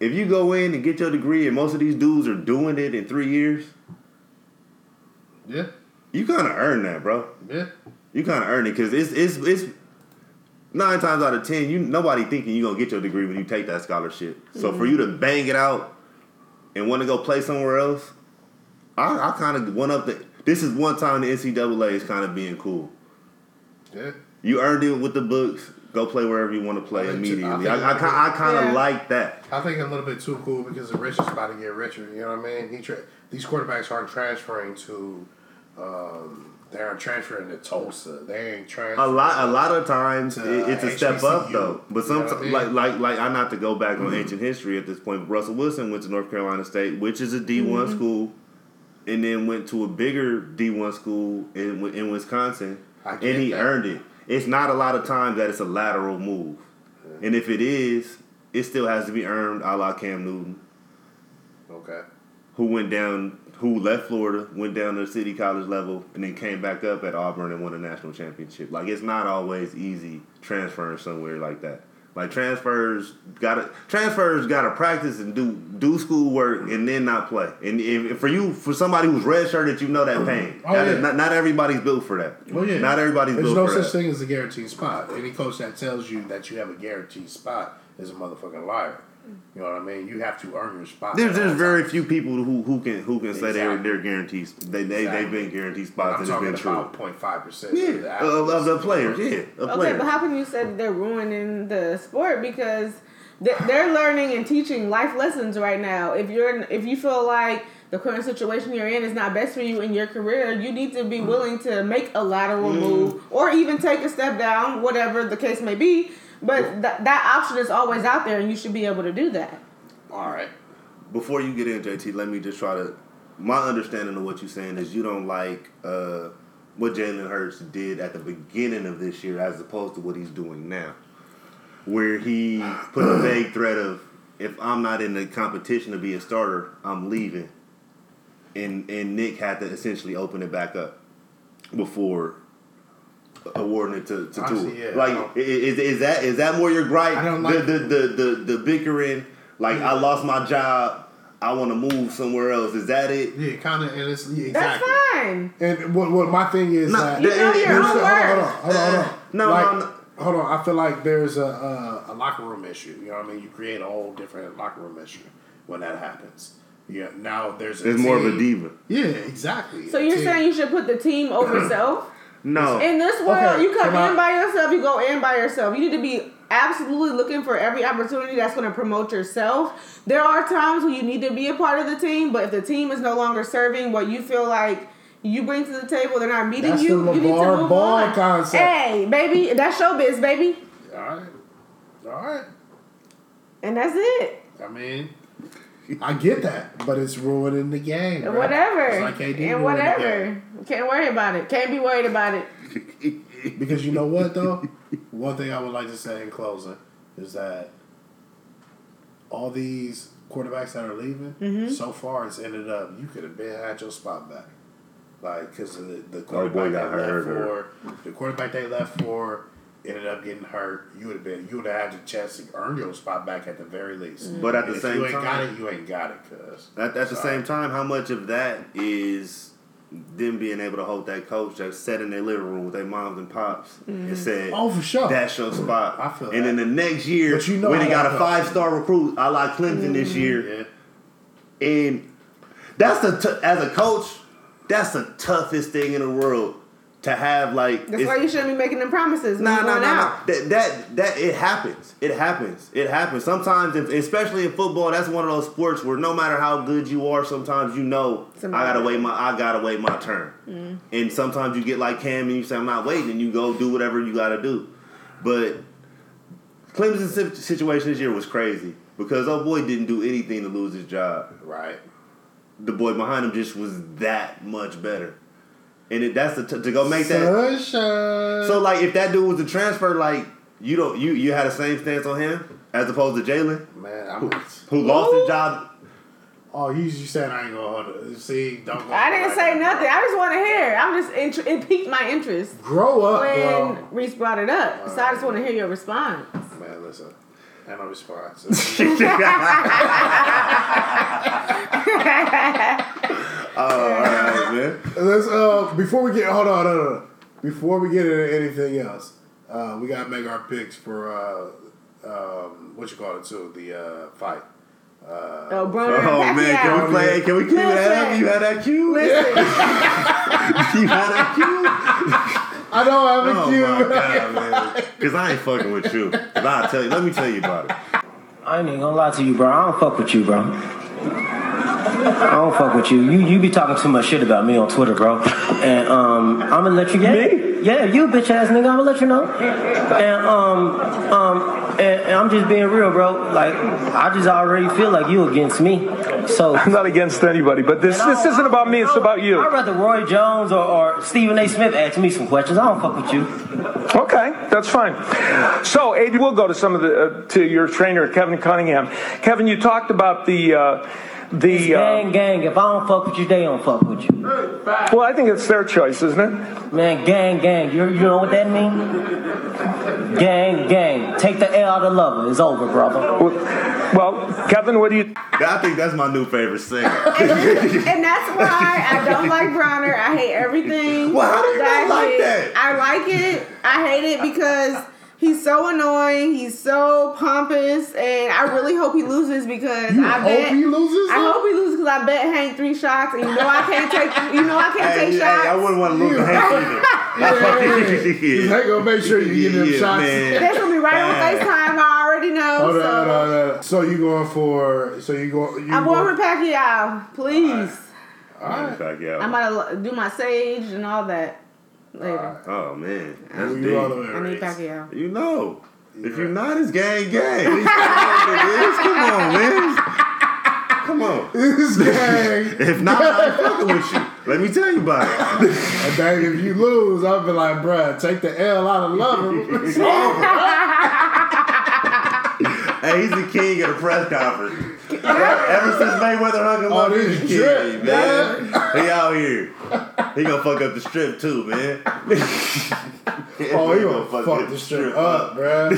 Speaker 3: if you go in and get your degree, and most of these dudes are doing it in three years,
Speaker 2: Yeah,
Speaker 3: you kind of earn that, bro.
Speaker 2: yeah.
Speaker 3: You kind of earn it because it's it's it's nine times out of ten, you nobody thinking you are gonna get your degree when you take that scholarship. So for you to bang it out and want to go play somewhere else, I, I kind of went up the. This is one time the NCAA is kind of being cool.
Speaker 2: Yeah.
Speaker 3: You earned it with the books. Go play wherever you want to play
Speaker 2: I think-
Speaker 3: immediately.
Speaker 2: I
Speaker 3: I,
Speaker 2: think-
Speaker 3: I, I, kind of
Speaker 4: Yeah.
Speaker 3: like that.
Speaker 2: I think a little bit too cool because the rich is about to get richer. You know what I mean? He tra- these quarterbacks aren't transferring to. Um, they aren't transferring to Tulsa. They ain't transferring.
Speaker 3: A lot, a lot of times,
Speaker 2: To,
Speaker 3: it, it's a
Speaker 2: uh,
Speaker 3: step up
Speaker 2: HBCU.
Speaker 3: though. But
Speaker 2: You know
Speaker 3: some,
Speaker 2: what I mean? Mm-hmm.
Speaker 3: like, like, like, I not to go back on ancient history at this point. But Russell Wilson went to North Carolina State, which is a one
Speaker 2: Mm-hmm.
Speaker 3: school, and then went to a bigger D one school in Wi- in Wisconsin,
Speaker 2: I
Speaker 3: and
Speaker 2: get
Speaker 3: he
Speaker 2: that.
Speaker 3: earned it. It's not a lot of times that it's a lateral move, and if it is, it still has to be earned, a la Cam Newton.
Speaker 2: Okay.
Speaker 3: who went down, who left Florida, went down to the city college level, and then came back up at Auburn and won a national championship. Like it's not always easy transferring somewhere like that. Like transfers got to transfers got to practice and do do school work and then not play. And if, if for you, for somebody who's redshirted, you know that pain.
Speaker 2: Oh,
Speaker 3: That is-
Speaker 2: yeah.
Speaker 3: not, not everybody's built for that.
Speaker 2: Well, yeah.
Speaker 3: Not everybody's
Speaker 2: There's
Speaker 3: built
Speaker 2: no
Speaker 3: for
Speaker 2: such
Speaker 3: that.
Speaker 2: thing as a guaranteed spot. Any coach that tells you that you have a guaranteed spot is a motherfucking liar. You know what I mean? You have to earn your spot.
Speaker 3: There's
Speaker 2: at
Speaker 3: there's
Speaker 2: all
Speaker 3: very
Speaker 2: times.
Speaker 3: few people who, who can who can say they're
Speaker 2: Exactly.
Speaker 3: they're guaranteed. They they
Speaker 2: Exactly.
Speaker 3: they've been guaranteed spots
Speaker 2: I'm
Speaker 3: and it's
Speaker 2: talking
Speaker 3: been true.
Speaker 2: about 0.5 percent.
Speaker 3: Yeah, of, of the players. Yeah, of
Speaker 4: Okay,
Speaker 3: players.
Speaker 4: but how can you say that they're ruining the sport because th- they're learning and teaching life lessons right now? If you're if you feel like the current situation you're in is not best for you in your career, you need to be willing to make a lateral move or even take a step down, whatever the case may be. But th- that option is always out there, and you should be able to do that.
Speaker 2: All right.
Speaker 3: before you get in, JT, let me just try to. My understanding of what you're saying is you don't like uh, what Jalen Hurts did at the beginning of this year as opposed to what he's doing now, where he put a vague threat of if I'm not in the competition to be a starter, I'm leaving. And and Nick had to essentially open it back up before awarding it to, to Tua.
Speaker 2: Honestly, yeah, I
Speaker 3: like
Speaker 2: don't-
Speaker 3: i- is, is that is that more your gripe?
Speaker 2: I don't
Speaker 3: The-
Speaker 2: like-
Speaker 3: the, the the the bickering, like I lost my job, I want to move somewhere else. Is that it?
Speaker 2: Yeah, kind of, and it's yeah, exactly.
Speaker 4: That's fine.
Speaker 8: and what, what my thing is
Speaker 3: No,
Speaker 8: that
Speaker 4: You know your
Speaker 8: There's-
Speaker 4: own
Speaker 8: hold on, hold on,
Speaker 4: worth.
Speaker 8: hold on, hold on.
Speaker 3: No,
Speaker 8: Like,
Speaker 3: no, no.
Speaker 8: Hold on, I feel like there's a.
Speaker 2: a, a locker room issue. You know what I mean? You create a whole different locker room issue when that happens. Yeah. Now there's a
Speaker 3: It's more of a
Speaker 2: team-
Speaker 3: diva.
Speaker 2: Yeah, exactly.
Speaker 4: So
Speaker 2: A
Speaker 4: you're
Speaker 2: team.
Speaker 4: saying you should put the team over self?
Speaker 3: No,
Speaker 4: In this world,
Speaker 8: Okay,
Speaker 4: you come
Speaker 8: can I-
Speaker 4: in by yourself, you go in by yourself. You need to be absolutely looking for every opportunity that's going to promote yourself. There are times when you need to be a part of the team, but if the team is no longer serving what you feel like you bring to the table, they're not meeting
Speaker 8: That's
Speaker 4: you.
Speaker 8: the
Speaker 4: you need to
Speaker 8: LeVar
Speaker 4: move
Speaker 8: Ball
Speaker 4: on.
Speaker 8: concept.
Speaker 4: Hey, baby, that's showbiz, baby,
Speaker 2: All right. All right.
Speaker 4: and that's it.
Speaker 2: I mean,
Speaker 8: I get that, but it's ruining the game.
Speaker 4: And
Speaker 8: bruh.
Speaker 4: Whatever,
Speaker 2: It's like KD
Speaker 4: and
Speaker 2: ruined the
Speaker 4: whatever. Can't worry about it. Can't be worried about it.
Speaker 2: because you know what though, one thing I would like to say in closing is that all these quarterbacks that are leaving so far, it's ended up you could have been had your spot back, like because the, the quarterback
Speaker 3: Oh, got
Speaker 2: they left for,
Speaker 3: hurt.
Speaker 2: the quarterback they left for ended up getting hurt. You would have been you would have had the chance to earn your spot back at the very least.
Speaker 3: But at
Speaker 2: And
Speaker 3: the
Speaker 2: if
Speaker 3: same
Speaker 2: you ain't got
Speaker 3: time-
Speaker 2: it, you ain't got it, cuz.
Speaker 3: At, at the
Speaker 2: Sorry.
Speaker 3: same time, how much of that is them being able to hold that coach that sat in their living room with their moms and pops and said,
Speaker 8: Oh, for sure.
Speaker 3: that's your spot."
Speaker 2: I feel
Speaker 3: and
Speaker 2: that.
Speaker 3: then the next year,
Speaker 8: But you know
Speaker 3: when
Speaker 8: how
Speaker 3: they got
Speaker 8: that
Speaker 3: a
Speaker 8: goes.
Speaker 3: five star recruit, I like Clemson this year,
Speaker 2: Yeah.
Speaker 3: and that's the t- as a coach, That's the toughest thing in the world to have like.
Speaker 4: That's
Speaker 3: it's-
Speaker 4: why you shouldn't be making them promises.
Speaker 3: Nah,
Speaker 4: No,
Speaker 3: nah,
Speaker 4: no,
Speaker 3: nah,
Speaker 4: no.
Speaker 3: nah. That, that that it happens. It happens. It happens. Sometimes, if, especially in football, that's one of those sports where no matter how good you are, sometimes you know
Speaker 4: Somebody- Mm-hmm.
Speaker 3: I gotta wait my I gotta wait my turn. And sometimes you get like Cam and you say I'm not waiting, and you go do whatever you gotta do. But Clemson's si- situation this year was crazy because oh boy didn't do anything to lose his job
Speaker 7: Right.
Speaker 3: the boy behind him just was that much better. And it, that's the t- to go make that.
Speaker 2: Sunshine.
Speaker 3: So like, if that dude was a transfer, like you don't you you had the same stance on him as opposed to Jalen,
Speaker 7: Man, I'm.
Speaker 3: who lost his job.
Speaker 7: Oh, you, you said I ain't gonna hold it. See, don't. Go
Speaker 4: I didn't say nothing. I just want to hear. I'm just inter- it piqued my interest
Speaker 2: Grow up,
Speaker 4: when
Speaker 2: bro.
Speaker 4: Reese brought it up, so I just want to hear your response.
Speaker 7: Oh, Man, listen. And no response.
Speaker 3: Alright, man.
Speaker 2: Let's uh before we get hold on, no, no, no.
Speaker 7: Before we get into anything else, uh, we gotta make our picks for uh, um, what you call it too the uh, fight.
Speaker 4: oh, Broner
Speaker 3: Oh
Speaker 4: and
Speaker 3: man, can
Speaker 4: Pacquiao.
Speaker 3: we play? Can we keep that up? You had that cue. You
Speaker 4: Listen,
Speaker 3: had that cue.
Speaker 2: I don't have a
Speaker 3: Oh
Speaker 2: cue.
Speaker 3: my god, man. Cause I ain't fucking with you. Cause I tell you, let me tell you about it.
Speaker 9: I ain't even gonna lie to you, bro. I don't fuck with you, bro. I don't fuck with you. You you be talking too much shit about me on Twitter, bro. And um, I'm gonna let you get Yeah, you bitch ass nigga. I'm gonna let you know. And um um and, and I'm just being real, bro. Like I just already feel like you against me. So
Speaker 10: I'm not against anybody, but this
Speaker 9: and I
Speaker 10: this
Speaker 9: don't-
Speaker 10: isn't about me. It's
Speaker 9: I don't-
Speaker 10: about you.
Speaker 9: I'd rather Roy Jones or, or Stephen A. Smith ask me some questions. I don't fuck with you.
Speaker 10: Okay, that's fine. So, Aiden, we'll go to some of the uh, to your trainer, Kevin Cunningham. Kevin, you talked about the uh, the. Uh,
Speaker 9: Gang, gang. If I don't fuck with you, they don't fuck with you.
Speaker 10: well, I think it's their choice, isn't it?
Speaker 9: Man, gang, gang. You, you know what that means? Gang, gang. Take the L out of lover. It's over, brother.
Speaker 10: Well, Kevin, what do you?
Speaker 3: I think that's my new favorite singer.
Speaker 4: and that's why I don't like Broner. I hate everything.
Speaker 3: Well, how do you
Speaker 4: that I
Speaker 3: not like
Speaker 4: hate.
Speaker 3: that?
Speaker 4: I like it. I hate it because he's so annoying. He's so pompous, and I really hope he loses because I
Speaker 2: hope
Speaker 4: bet
Speaker 2: he loses?
Speaker 4: I hope he loses because I bet Hank three shots, and you know I can't take. You know I can't
Speaker 3: Hey,
Speaker 4: take
Speaker 3: hey,
Speaker 4: shots.
Speaker 3: I wouldn't want to lose the hand either.
Speaker 2: Hey, go make sure you get them shots.
Speaker 4: That's gonna be right on
Speaker 3: Bad.
Speaker 4: FaceTime. I already know.
Speaker 2: Hold on,
Speaker 4: so
Speaker 2: hold on,
Speaker 7: Uh,
Speaker 2: hold on. So you going for? So you going? You
Speaker 4: I'm
Speaker 2: going-
Speaker 4: going for Pacquiao. Please. I'm
Speaker 3: Man.
Speaker 4: about to do my sage and all that later.
Speaker 3: Oh man, that's
Speaker 2: You all the
Speaker 3: deep.
Speaker 2: way
Speaker 4: I need
Speaker 2: around.
Speaker 4: Pacquiao.
Speaker 3: You know, if you're not, it's gang gang. Come on, man. Come on.
Speaker 2: This gang,
Speaker 3: If not, I'm fucking with you. Let me tell you about it.
Speaker 2: and dang, if you lose, I'll be like, bruh, take the L out of love. It's over.
Speaker 3: Hey, he's the king of the press conference. Ever since Mayweather hung him
Speaker 2: Oh,
Speaker 3: up,
Speaker 2: this
Speaker 3: he's the
Speaker 2: drip,
Speaker 3: king, man. He out here. He gonna fuck up the strip too, man.
Speaker 2: Oh, you gonna fuck this shit up, bruh.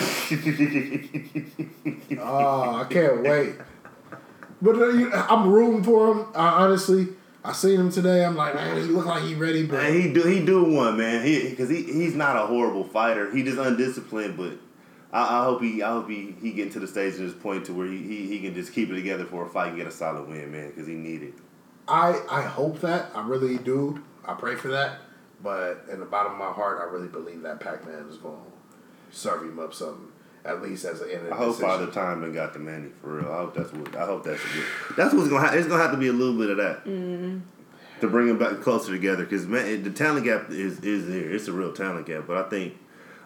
Speaker 2: oh, I can't wait. But uh, you, I'm rooting for him. I, honestly, I seen him today. I'm like, man, he look like he ready, but
Speaker 3: Man, he do he do one man. He because he, he's not a horrible fighter. He just undisciplined, but I, I hope he I hope he, he getting to the stage at this point to where he, he, he can just keep it together for a fight and get a solid win, man. Because he needed.
Speaker 7: I I hope that I really do. I pray for that. But in the bottom of my heart, I really believe that Pac Man is going to serve him up something at least as an end.
Speaker 3: I hope Father Time done got the money for real. I hope that's what I hope that's what, that's what's gonna happen. It's gonna have to be a little bit of that
Speaker 7: Mm-hmm.
Speaker 3: to bring them back closer together. Because man, it- the talent gap is is there. It's a real talent gap, but I think.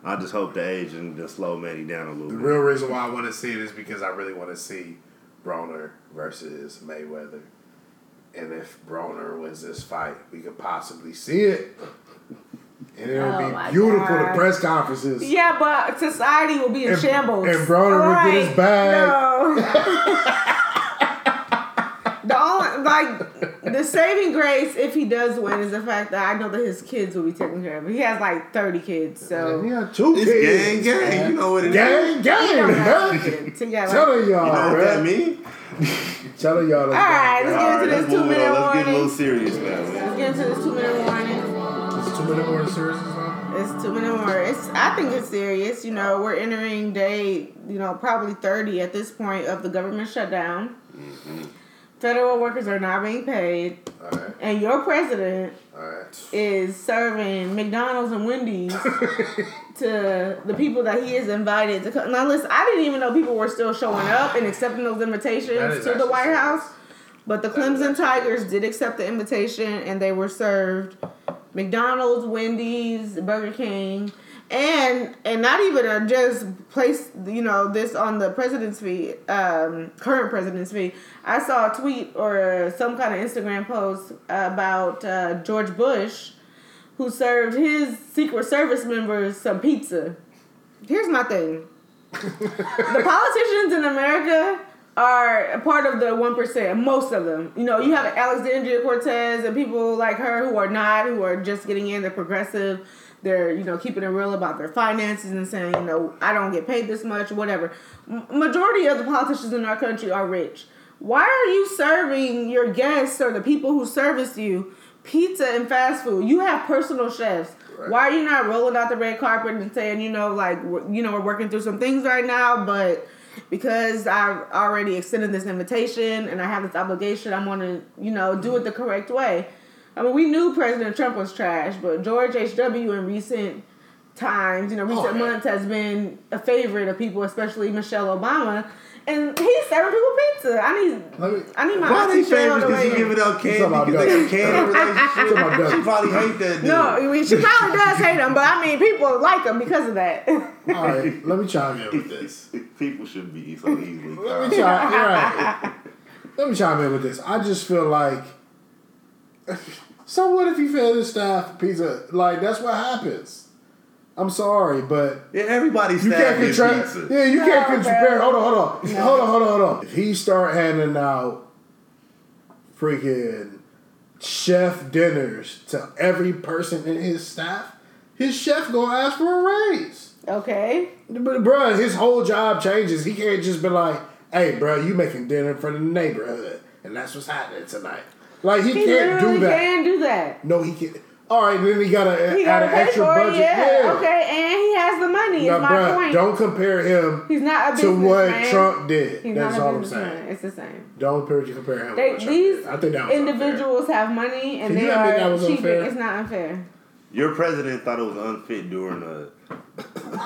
Speaker 3: I just hope the age and the slow Manny down a little
Speaker 7: The
Speaker 3: bit.
Speaker 7: real reason why I want to see it is because I really want to see Broner versus Mayweather. And if Broner wins this fight, we could possibly see it.
Speaker 2: and it'll
Speaker 4: Oh, my
Speaker 2: be beautiful.
Speaker 4: God.
Speaker 2: The press conferences.
Speaker 4: Yeah, but society will be in
Speaker 2: And-
Speaker 4: shambles.
Speaker 2: and Broner would get his
Speaker 4: Alright,
Speaker 2: bag.
Speaker 4: No. the only like the saving grace if he does win is the fact that I know that his kids will be taken care of. He has like thirty kids, so
Speaker 2: Yeah, two
Speaker 3: It's gang
Speaker 2: kids.
Speaker 3: gang, you know what it is.
Speaker 2: Gang,
Speaker 4: He don't
Speaker 2: gang,
Speaker 4: have
Speaker 2: man.
Speaker 4: kids. So yeah, like- all
Speaker 2: Telling y'all,
Speaker 3: You know what that
Speaker 2: bruh.
Speaker 3: means?
Speaker 2: Telling y'all. All
Speaker 4: right, let's
Speaker 3: All
Speaker 4: get
Speaker 3: right,
Speaker 4: into
Speaker 3: let's
Speaker 4: this two
Speaker 3: move it
Speaker 4: minute
Speaker 3: on. Let's get a little
Speaker 4: warning.
Speaker 3: serious now. man.
Speaker 4: Let's get into this two minute warning.
Speaker 2: It's two minute warning series or something.
Speaker 4: It's two minutes more. It's I think it's serious. You know, we're entering day, you know, probably thirty
Speaker 7: Mm-hmm.
Speaker 4: at this point of the government shutdown. Federal workers are not being paid.
Speaker 7: All right.
Speaker 4: and your president
Speaker 7: All right.
Speaker 4: is serving McDonald's and Wendy's to the people that he is invited to come. Now, listen, I didn't even know people were still showing up and accepting those
Speaker 7: That
Speaker 4: invitations
Speaker 7: is
Speaker 4: to the
Speaker 7: actually
Speaker 4: White
Speaker 7: serious.
Speaker 4: House, but the Clemson Tigers did accept the invitation and they were served McDonald's, Wendy's, Burger King. And and not even uh, just place you know this on the president's feed, um, current president's feed. I saw a tweet or some kind of Instagram post about uh, George Bush who served his Secret Service members some pizza. Here's my thing the politicians in America are a part of the 1%, most of them. You know, you have Alexandria Cortez and people like her who are not, who are just getting in, they're progressive. They're, you know, keeping it real about their finances and saying, you know, I don't get paid this much, whatever. M- majority of the politicians in our country are rich. Why are you serving your guests or the people who service you pizza and fast food? You have personal chefs. Why are you not rolling out the red carpet and saying, you know, like, we're- you know, we're working through some things right now, but because I've already extended this invitation and I have this obligation, I'm going to, you know, do it the correct way. I mean, we knew President Trump was trash, but George H.W. in recent times, you know,
Speaker 3: Oh,
Speaker 4: recent months has been a favorite of people, especially Michelle Obama. And he's serving people pizza. I need,
Speaker 2: Let me,
Speaker 4: I need my
Speaker 3: Why
Speaker 4: auntie
Speaker 3: is he
Speaker 4: Cheryl
Speaker 3: famous?
Speaker 4: to
Speaker 3: Because he
Speaker 4: weigh in.
Speaker 3: giving out candy?
Speaker 2: about
Speaker 3: Because they got
Speaker 2: dogs. Talking
Speaker 3: candy
Speaker 2: about
Speaker 3: relationship. She
Speaker 2: Doug.
Speaker 3: probably hate that dude.
Speaker 4: No, I mean, she probably does hate him, but I mean, people like him because of that.
Speaker 2: all right, let me chime in with this.
Speaker 3: This- People shouldn't be so easily.
Speaker 2: Let me chime, you're right. Let me chime in with this. I just feel like, so what if you fail this staff pizza? Like that's what happens. I'm sorry, but
Speaker 3: Yeah, everybody's
Speaker 2: you can't
Speaker 3: stabbing
Speaker 2: control.
Speaker 3: pizza.
Speaker 2: Yeah, you can't
Speaker 4: No,
Speaker 2: compare.
Speaker 4: bro.
Speaker 2: Hold on, hold on, hold on, hold on, hold on. If he start handing out freaking chef dinners to every person in his staff, his chef gonna ask for a raise.
Speaker 4: Okay.
Speaker 2: But bruh, his whole job changes. He can't just be like, "Hey, bruh, you making dinner for the neighborhood, and that's what's happening tonight." Like he,
Speaker 4: He
Speaker 2: can't
Speaker 4: literally
Speaker 2: do that.
Speaker 4: can do that.
Speaker 2: No, he can. All right, then he got to
Speaker 4: He
Speaker 2: add
Speaker 4: got to
Speaker 2: an
Speaker 4: pay
Speaker 2: extra
Speaker 4: for
Speaker 2: budget.
Speaker 4: it, yeah. Okay, and he has the money.
Speaker 2: Now,
Speaker 4: is my
Speaker 2: bruh,
Speaker 4: point.
Speaker 2: don't compare him
Speaker 4: He's not a
Speaker 2: to
Speaker 4: businessman.
Speaker 2: what Trump did.
Speaker 4: He's
Speaker 2: that's
Speaker 4: not
Speaker 2: all
Speaker 4: a
Speaker 2: I'm saying.
Speaker 4: businessman. It's the same.
Speaker 2: Don't compare, compare him.
Speaker 4: They,
Speaker 2: to what Trump
Speaker 4: these
Speaker 2: did. I think that was unfair.
Speaker 4: individuals have money and
Speaker 2: Can you
Speaker 4: they
Speaker 2: admit
Speaker 4: are
Speaker 2: that was
Speaker 4: cheating.
Speaker 2: unfair?
Speaker 4: It's not unfair.
Speaker 3: Your president thought it was unfit during the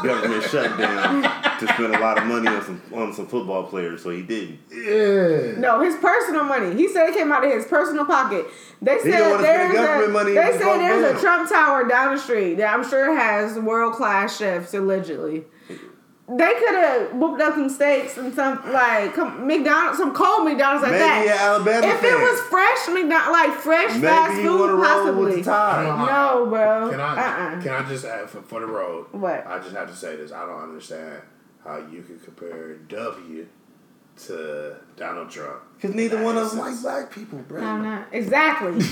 Speaker 3: government shutdown to spend a lot of money on some on some football players, so he didn't.
Speaker 2: Yeah.
Speaker 4: No, his personal money. He said it came out of his personal pocket. They
Speaker 3: don't
Speaker 4: said
Speaker 3: wanna spend
Speaker 4: there's a,
Speaker 3: government money
Speaker 4: they
Speaker 3: on
Speaker 4: say there's a
Speaker 3: Obama.
Speaker 4: Trump Tower down the street that I'm sure has world class chefs allegedly. They could have whooped up some steaks and some like come, McDonald's, some cold McDonald's like
Speaker 3: Maybe
Speaker 4: that.
Speaker 3: he a Alabama
Speaker 4: if it
Speaker 3: fan.
Speaker 4: was fresh McDonald's, like fresh fast
Speaker 3: Maybe he
Speaker 4: food,
Speaker 3: want to roll with
Speaker 4: possibly.
Speaker 3: the tide.
Speaker 4: No, bro.
Speaker 7: Can I
Speaker 4: uh-uh.
Speaker 7: can I just add for, for the road?
Speaker 4: What?
Speaker 7: I just have to say this. I don't understand how you can compare W to Donald Trump.
Speaker 3: Because neither one of them like black people, bro.
Speaker 4: I'm not. Exactly.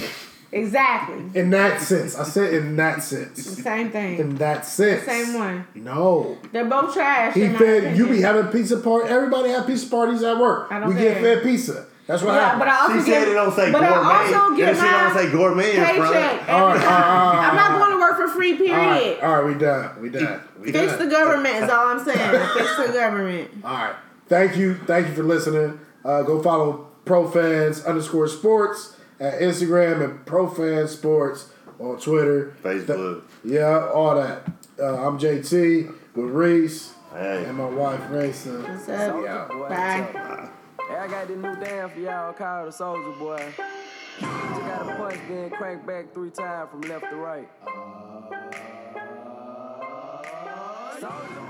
Speaker 4: exactly.
Speaker 2: In that sense, I said in that sense.
Speaker 4: Same thing.
Speaker 2: In that sense.
Speaker 4: Same one.
Speaker 2: No.
Speaker 4: They're both trash.
Speaker 2: He
Speaker 4: in my
Speaker 2: fed you be
Speaker 4: opinion.
Speaker 2: having pizza party. Everybody have pizza parties at work.
Speaker 4: I don't
Speaker 2: we get
Speaker 4: care.
Speaker 2: fed pizza. That's what
Speaker 4: Yeah,
Speaker 2: happened.
Speaker 4: but I also
Speaker 3: She
Speaker 4: get,
Speaker 3: said it don't say
Speaker 4: but
Speaker 3: gourmet.
Speaker 4: I also get
Speaker 3: and she
Speaker 4: my
Speaker 3: don't say gourmet in
Speaker 4: paycheck.
Speaker 2: all
Speaker 3: front. Oh,
Speaker 2: right, all right, all right,
Speaker 4: I'm not going to work for free. Period.
Speaker 2: all right, all right, we done. We done. We
Speaker 4: Fix
Speaker 2: done.
Speaker 4: the government is all I'm saying. Fix the government.
Speaker 2: All right. Thank you. Thank you for listening. Uh, go follow profans underscore sports at Instagram and profans sports on Twitter.
Speaker 3: Facebook.
Speaker 2: yeah, all that. Uh, I'm JT with Reese
Speaker 3: Hey.
Speaker 2: and my wife Raisa.
Speaker 4: What's up?
Speaker 1: Soldier boy.
Speaker 4: Bye.
Speaker 1: tell. Hey, I got this new dance for y'all called the Soldier Boy. You just gotta punch, then crank back three times from left to right. Soulja